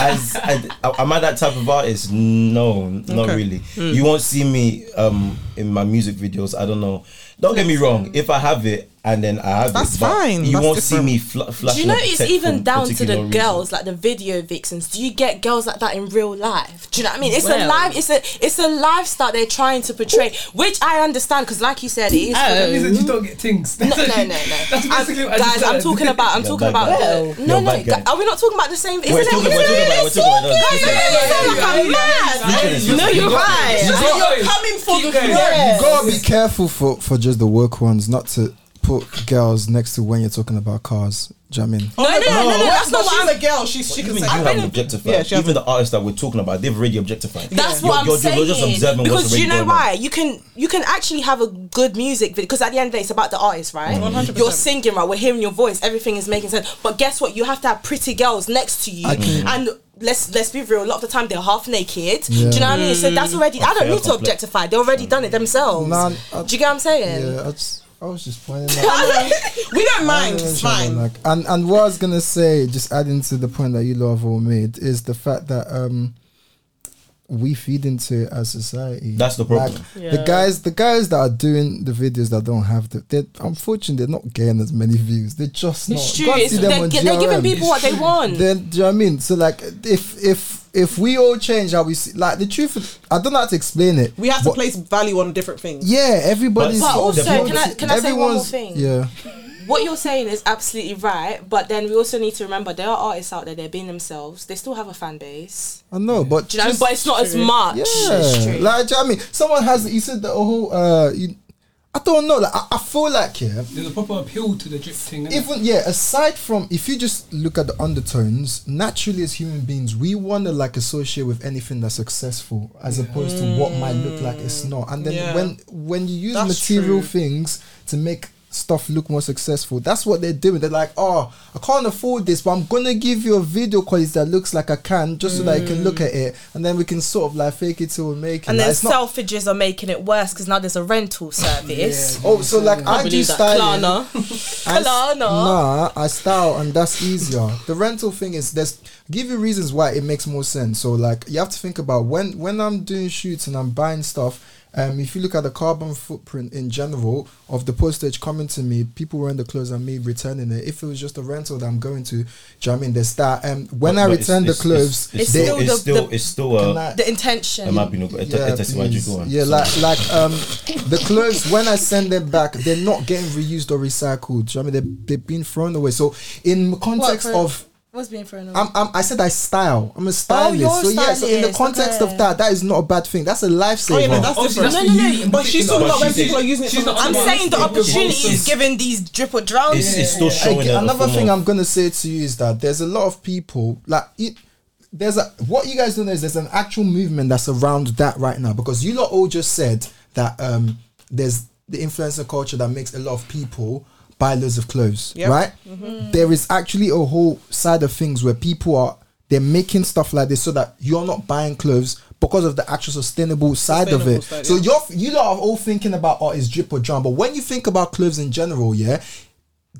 S5: as I, am I that type of artist? No, not
S4: Okay.
S5: really.
S3: Hmm.
S5: You won't see me um in my music videos. I don't know. Don't get me wrong. If I have it and then I have
S4: That's
S5: it, but
S4: fine.
S5: You
S4: That's
S5: won't
S4: different.
S5: see me fl- flashing.
S3: Do you know
S5: up
S3: it's
S5: tech for
S3: even down to
S5: particular
S3: the
S5: reason.
S3: girls, like the video vixens? Do you get girls like that in real life? Do you know what I mean? It's a
S2: Well.
S3: life. It's a it's a lifestyle they're trying to portray, which I understand because, like you said, it is. for the-
S7: That means that you don't get things.
S3: No, no, no, no.
S7: That's basically
S3: I'm-
S7: what I just
S3: guys, I'm
S7: said.
S3: talking about. I'm
S5: You're
S3: talking
S5: a bad
S3: about.
S5: guy.
S3: the-
S5: You're
S3: No,
S5: a
S3: no.
S5: bad guy.
S3: Are we not talking about the same?
S5: We're
S3: isn't
S5: talking.
S3: it-
S5: We're talking about. We're talking about.
S3: Guys, you sound like
S5: no, listen.
S3: I'm mad.
S5: Listen,
S2: No, you're right.
S7: Keep going.
S4: coming for
S7: Keep
S4: the
S7: going.
S4: floor.
S6: You gotta be careful for, for just the work ones, not to put girls next to when you're talking about cars. Do you know what I mean?
S3: No, no, no, no, no. That's
S4: She's
S3: not what I'm
S4: a girl. She's she
S5: You
S4: can
S5: mean
S4: say.
S5: you haven't objectified?
S4: Yeah, she
S5: Even the artists that we're talking about, they've already objectified.
S3: That's
S5: You're-
S3: what
S5: you're
S3: I'm
S5: ju-
S3: saying.
S5: You're just observing what's
S3: because
S5: already
S3: you know
S5: going on.
S3: why you can you can actually have a good music video because at the end of the day it's about the artist, right?
S5: Mm.
S3: you are singing, right? We're hearing your voice, everything is making sense. But guess what? You have to have pretty girls next to you, and let's let's be real. A lot of the time they're half naked. Do you know what I mean? So that's already. I
S5: Unfair
S3: don't need to
S5: complex.
S3: objectify. They already done
S5: Mm.
S3: it themselves.
S6: Nah, I-
S3: Do you get what I'm saying?
S6: Yeah, I, just, I was just pointing out.
S4: We don't mind.
S6: Yeah,
S4: It's
S6: sure,
S4: fine.
S6: Oh, like- and and what I was gonna say, just adding to the point that you lot have all made, is the fact that um we feed into it as society.
S5: That's the problem.
S6: Like, The guys, the guys that are doing the videos that don't have the, they're unfortunately they're not getting as many views. They're just not.
S3: It's
S6: You
S3: true.
S6: can't
S3: It's-
S6: see them
S3: they're,
S6: on
S3: gi- they're giving
S6: GRM.
S3: people what they want.
S6: Then do you know what I mean? So like, if if if we all change how we see, like the truth, is- I don't know how to explain it.
S4: We have to
S6: but-
S4: place value on different things.
S6: Yeah, everybody's.
S5: But also,
S3: can I- can I say one more
S6: everyone's-
S3: thing?
S6: Yeah.
S3: what you're saying is absolutely right, but then we also need to remember there are artists out there. They're being themselves. They still have a fan base.
S6: I know, but
S3: Do you know? what I mean?
S6: just-
S3: But it's not as much.
S6: Yeah,
S3: It's true.
S6: like do you know what I mean, someone has. You said the whole. Uh, you, I don't know. Like I, I feel like yeah.
S7: There's a proper appeal to the drip thing. innit?
S6: Even yeah, aside from if you just look at the undertones, naturally as human beings, we want to like associate with anything that's successful, as opposed to what might look like it's not. And then
S4: Yeah.
S6: when when you use
S4: That's
S6: material
S4: true.
S6: things to make stuff look more successful. That's what they're doing. They're like, oh, I can't afford this, but I'm gonna give you a video quality that looks like I can, just so that you can look at it, and then we can sort of like fake it till we make it.
S8: And
S6: Like,
S8: then
S6: it's not-
S8: selfages are making it worse because now there's a rental service.
S6: Oh, so like I, do
S2: believe that.
S6: styling. I s-
S8: Kalana.
S6: Nah, I style and that's easier. The rental thing is there's give you reasons why it makes more sense. So like you have to think about when when I'm doing shoots and I'm buying stuff. Um, if you look at the carbon footprint in general of the postage coming to me, people wearing the clothes and me returning it. If it was just a rental that I'm going to, do you know what I mean? There's that. Um, when I
S5: But it's-
S6: return the
S5: it's-
S6: clothes,
S5: it's, it's
S6: they-
S5: still, it's
S8: the-
S5: still,
S8: the-
S5: it's still a.
S6: can I-
S8: The intention.
S5: Am I being a, a, a testimony?
S6: please.
S5: Go on.
S6: Yeah,
S5: Sorry.
S6: like like um, the clothes when I send them back, they're not getting reused or recycled. Do you know what I mean, they they've been thrown away. So in context
S8: for-
S6: of
S8: What's being thrown away? Oh,
S6: I'm, I'm, I said I style. I'm a stylist.
S8: you're
S6: so yeah. So in the
S8: stylist,
S6: context
S8: okay.
S6: of that, that is not a bad thing. That's a lifesaver.
S4: Oh, yeah, but that's
S7: Obviously,
S4: different.
S8: No, no,
S7: that's for
S8: no,
S7: you in
S4: But she's
S7: particular.
S4: talking about when
S5: She's-
S4: people are using it.
S7: she's
S4: for
S7: not
S8: I'm
S7: talking
S4: other
S7: about-
S8: saying the
S7: Yeah,
S8: opportunity
S7: yeah.
S8: is given these drip or drown.
S5: it's, it's still showing
S6: Okay,
S5: a- a
S6: another
S5: form
S6: thing
S5: of-
S6: I'm gonna say to you is that there's a lot of people like it. There's a what you guys don't know is there's an actual movement that's around that right now because you lot all just said that um there's the influencer culture that makes a lot of people buy loads of clothes,
S4: Yep. Mm-hmm.
S6: right? There is actually a whole side of things where people are they're making stuff like this so that you're not buying clothes because of the actual sustainable side of
S4: Sustainable
S6: it.
S4: side,
S6: so
S4: yeah.
S6: you're you lot are all thinking about oh is drip or drum, but when you think about clothes in general, yeah,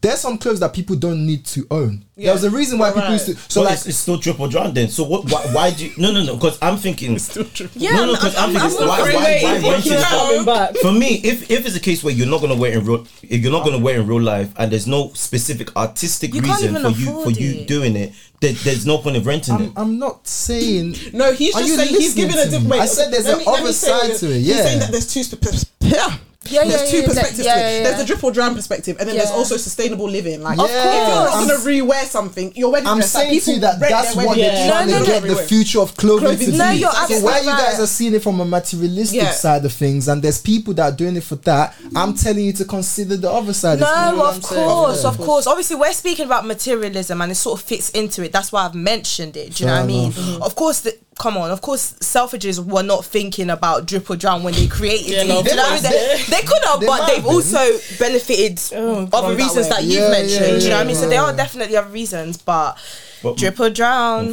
S6: there's some clothes that people don't need to own.
S4: Yeah,
S6: There was a reason why
S4: you're
S6: people used
S4: right.
S6: to. So
S5: But
S6: like,
S5: it's, it's still triple drown then. So what? Why, why do you? No, no, no. Because I'm thinking. It's still triple.
S8: Yeah,
S5: No, no.
S8: I'm-
S5: Because I'm,
S8: I'm-
S5: thinking.
S8: I'm
S5: why? Why?
S8: wondering
S5: Why?
S8: where you
S5: why
S8: think you're
S5: is-
S8: coming back.
S5: For me, if if it's a case where you're not gonna wear in real, if you're not gonna wear in real life, and there's no specific artistic
S8: You can't
S5: reason
S8: even
S5: for you for
S8: afford
S5: you
S8: it.
S5: doing it, there, there's no point of renting
S6: I'm,
S5: it.
S6: I'm not saying.
S4: No, he's
S6: Are
S4: just
S6: you
S4: saying he's
S6: listening
S4: giving a
S6: to me?
S4: different. wait,
S6: I said there's
S4: let
S6: an
S4: me- let me
S6: other
S4: say what
S6: side
S4: it-
S6: to it,
S4: He's
S6: yeah.
S4: saying that there's two perspectives. Yeah.
S8: Yeah,
S4: there's
S8: yeah,
S4: two
S8: yeah,
S4: perspectives
S8: yeah,
S4: to it.
S8: yeah,
S4: There's
S8: yeah.
S4: the drip or drown perspective, and then there's
S8: Yeah.
S4: also sustainable living. Like,
S6: Of
S4: if you're
S6: course.
S4: not gonna rewear something, your wedding
S6: I'm
S4: dress, like,
S6: saying to you
S4: people
S6: that
S4: rent
S6: that's
S4: their
S6: what
S4: wedding
S6: they're
S4: dress
S6: trying
S4: and
S6: to
S4: they
S6: get
S4: go
S6: the
S4: everywhere.
S6: future of clothing to
S4: Clothing.
S6: be.
S4: No, you're
S6: so
S8: absolutely
S6: why you guys
S8: right.
S6: are seeing it from a materialistic
S4: Yeah.
S6: side of things, and there's people that are doing it for that. I'm telling you to consider the other side. of
S8: No,
S6: things.
S8: of course, of course. Obviously, we're speaking about materialism, and it sort of fits into it. That's why I've mentioned it. Do you know what I mean? Of course, the, come on. Of course, Selfridges were not thinking about drip or drown when they created
S2: Yeah,
S8: it.
S2: no,
S8: do you know what I mean?
S6: they
S8: They, they could have,
S6: they
S8: but
S6: might
S8: they've
S6: have been.
S8: also benefited other
S4: from Oh, that
S8: reasons
S4: way.
S8: that, you've
S6: Yeah,
S8: mentioned.
S6: yeah,
S8: do you know
S6: yeah,
S8: what I mean? So
S6: yeah,
S8: there are
S6: yeah.
S8: definitely other reasons, but,
S5: But-
S8: drip or drown.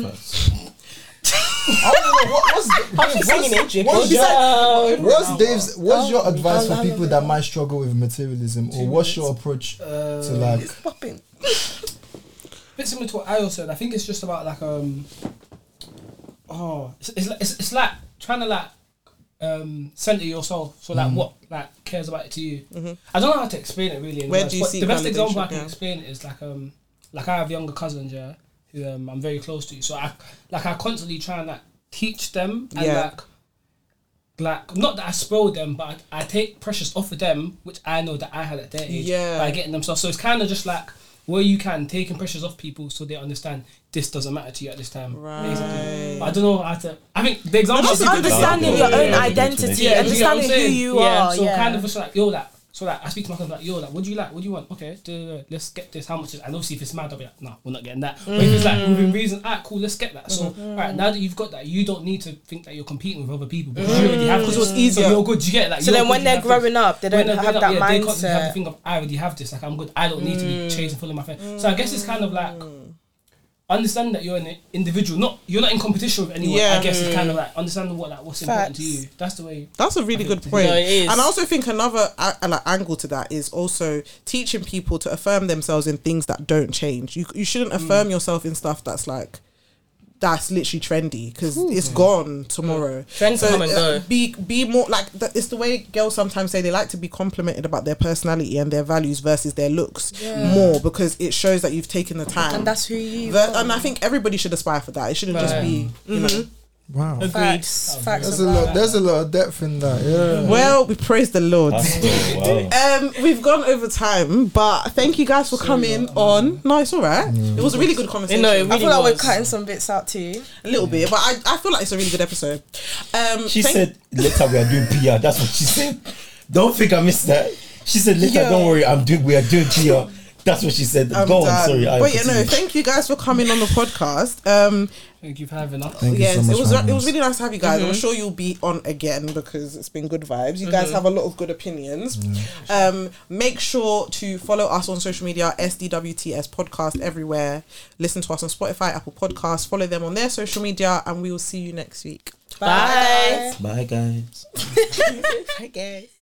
S6: I don't know what, what's, the- what's, what's your- what's Dave's?
S4: Oh,
S6: What's your advice for people that might struggle with materialism, or what's your approach to like?
S4: Uh,
S7: bit similar to what I also said. I think it's just about like um, oh, it's it's, like- it's, it's like trying to like um center your soul. So
S4: Mm-hmm.
S7: like what like cares about it to you. I don't know how to explain it really. in
S4: Where
S7: words,
S4: do you
S7: but
S4: seek
S7: the best
S4: validation,
S7: example I can
S4: yeah.
S7: explain it is like um, like I have younger cousins, yeah, who um, I'm very close to. So I like I constantly try and like teach them and
S4: Yeah.
S7: like. Like not that I spoil them, but I, I take precious off of them, which I know that I had at their age
S4: Yeah.
S7: by getting themselves. So it's kind of just like where you can taking pressures off people so they understand this doesn't matter to you at this time. Basically. But I don't know how to. I think the example.
S8: Just understanding
S5: Yeah,
S8: your own
S5: yeah,
S8: identity,
S5: yeah, yeah.
S8: understanding
S7: Yeah,
S8: who
S7: yeah.
S8: you
S2: Yeah,
S8: are.
S7: So
S8: yeah.
S7: kind of just like yo, like so like I speak to my cousin like yo, like what do you like? What do you want? Okay, duh, duh, duh, let's get this. How much? Is, and obviously if it's mad, I'll be like, nah, we're not getting that. But if it's
S8: Mm.
S7: like within reason, alright, cool, let's get that. So
S8: Mm-hmm.
S7: alright, now that you've got that, you don't need to think that you're competing with other people because
S8: Mm.
S7: you already have. Because it was easier. So you're good. You get it. Like,
S8: So
S7: you're
S8: then
S7: good,
S8: when
S7: you
S8: they're
S7: have things.
S8: growing up, they
S7: When
S8: don't have
S7: they're
S8: that
S7: growing up, yeah, They constantly have to
S8: mindset. Mm.
S7: think of I already have this. Like I'm good. I don't need to be chasing full of my friends. So I guess it's kind of like understand that you're an individual. Not you're not in competition with anyone.
S4: Yeah.
S7: I guess it's
S8: Mm.
S7: kind of like understanding what like what's important to you. That's the way.
S4: That's a really good point.
S2: No, it is.
S4: And I also think another uh, like, angle to that is also teaching people to affirm themselves in things that don't change. You, you shouldn't
S2: Hmm.
S4: affirm yourself in stuff that's like, that's literally trendy because it's gone tomorrow.
S2: Hmm.
S4: uh,
S2: Trends come and go.
S4: Be be more like the, it's the way girls sometimes say they like to be complimented about their personality and their values versus their looks more because it shows that you've taken the time.
S8: and that's who you.
S4: Ver- and I think everybody should aspire for that. It shouldn't just be
S2: Mm-hmm.
S4: you know.
S6: Wow,
S8: Facts. Facts.
S6: there's a lot. There's a lot of depth in that. Yeah.
S4: Well, we praise the Lord.
S5: Wow.
S4: Um, we've gone over time, but thank you guys for coming on. No, it's all right.
S5: Mm.
S4: It was a really good conversation.
S2: No, it really
S8: I feel like we're
S2: was.
S8: cutting some bits out too.
S4: a little bit, but I, I feel like it's a really good episode. Um,
S5: She
S4: thank-
S5: said later we are doing PR. That's what she said. Don't think I missed that. She said later.
S4: Yo.
S5: Don't worry, I'm doing. We are doing PR. That's what she said.
S4: I'm
S5: Go
S4: done.
S5: on. Sorry. I
S4: but yeah, no.
S5: continue.
S4: Thank you guys for coming on the podcast. Um,
S7: Thank you for having us.
S6: Thank
S4: yes,
S6: you so much.
S4: it was
S6: for having
S4: it was
S6: us.
S4: really nice to have you guys. I'm sure you'll be on again because it's been good vibes. You guys have a lot of good opinions. Um, make sure to follow us on social media, SDWTS Podcast everywhere. Listen to us on Spotify, Apple Podcasts. Follow them on their social media, and we will see you next week.
S2: Bye.
S5: Bye, guys.
S4: Bye, guys.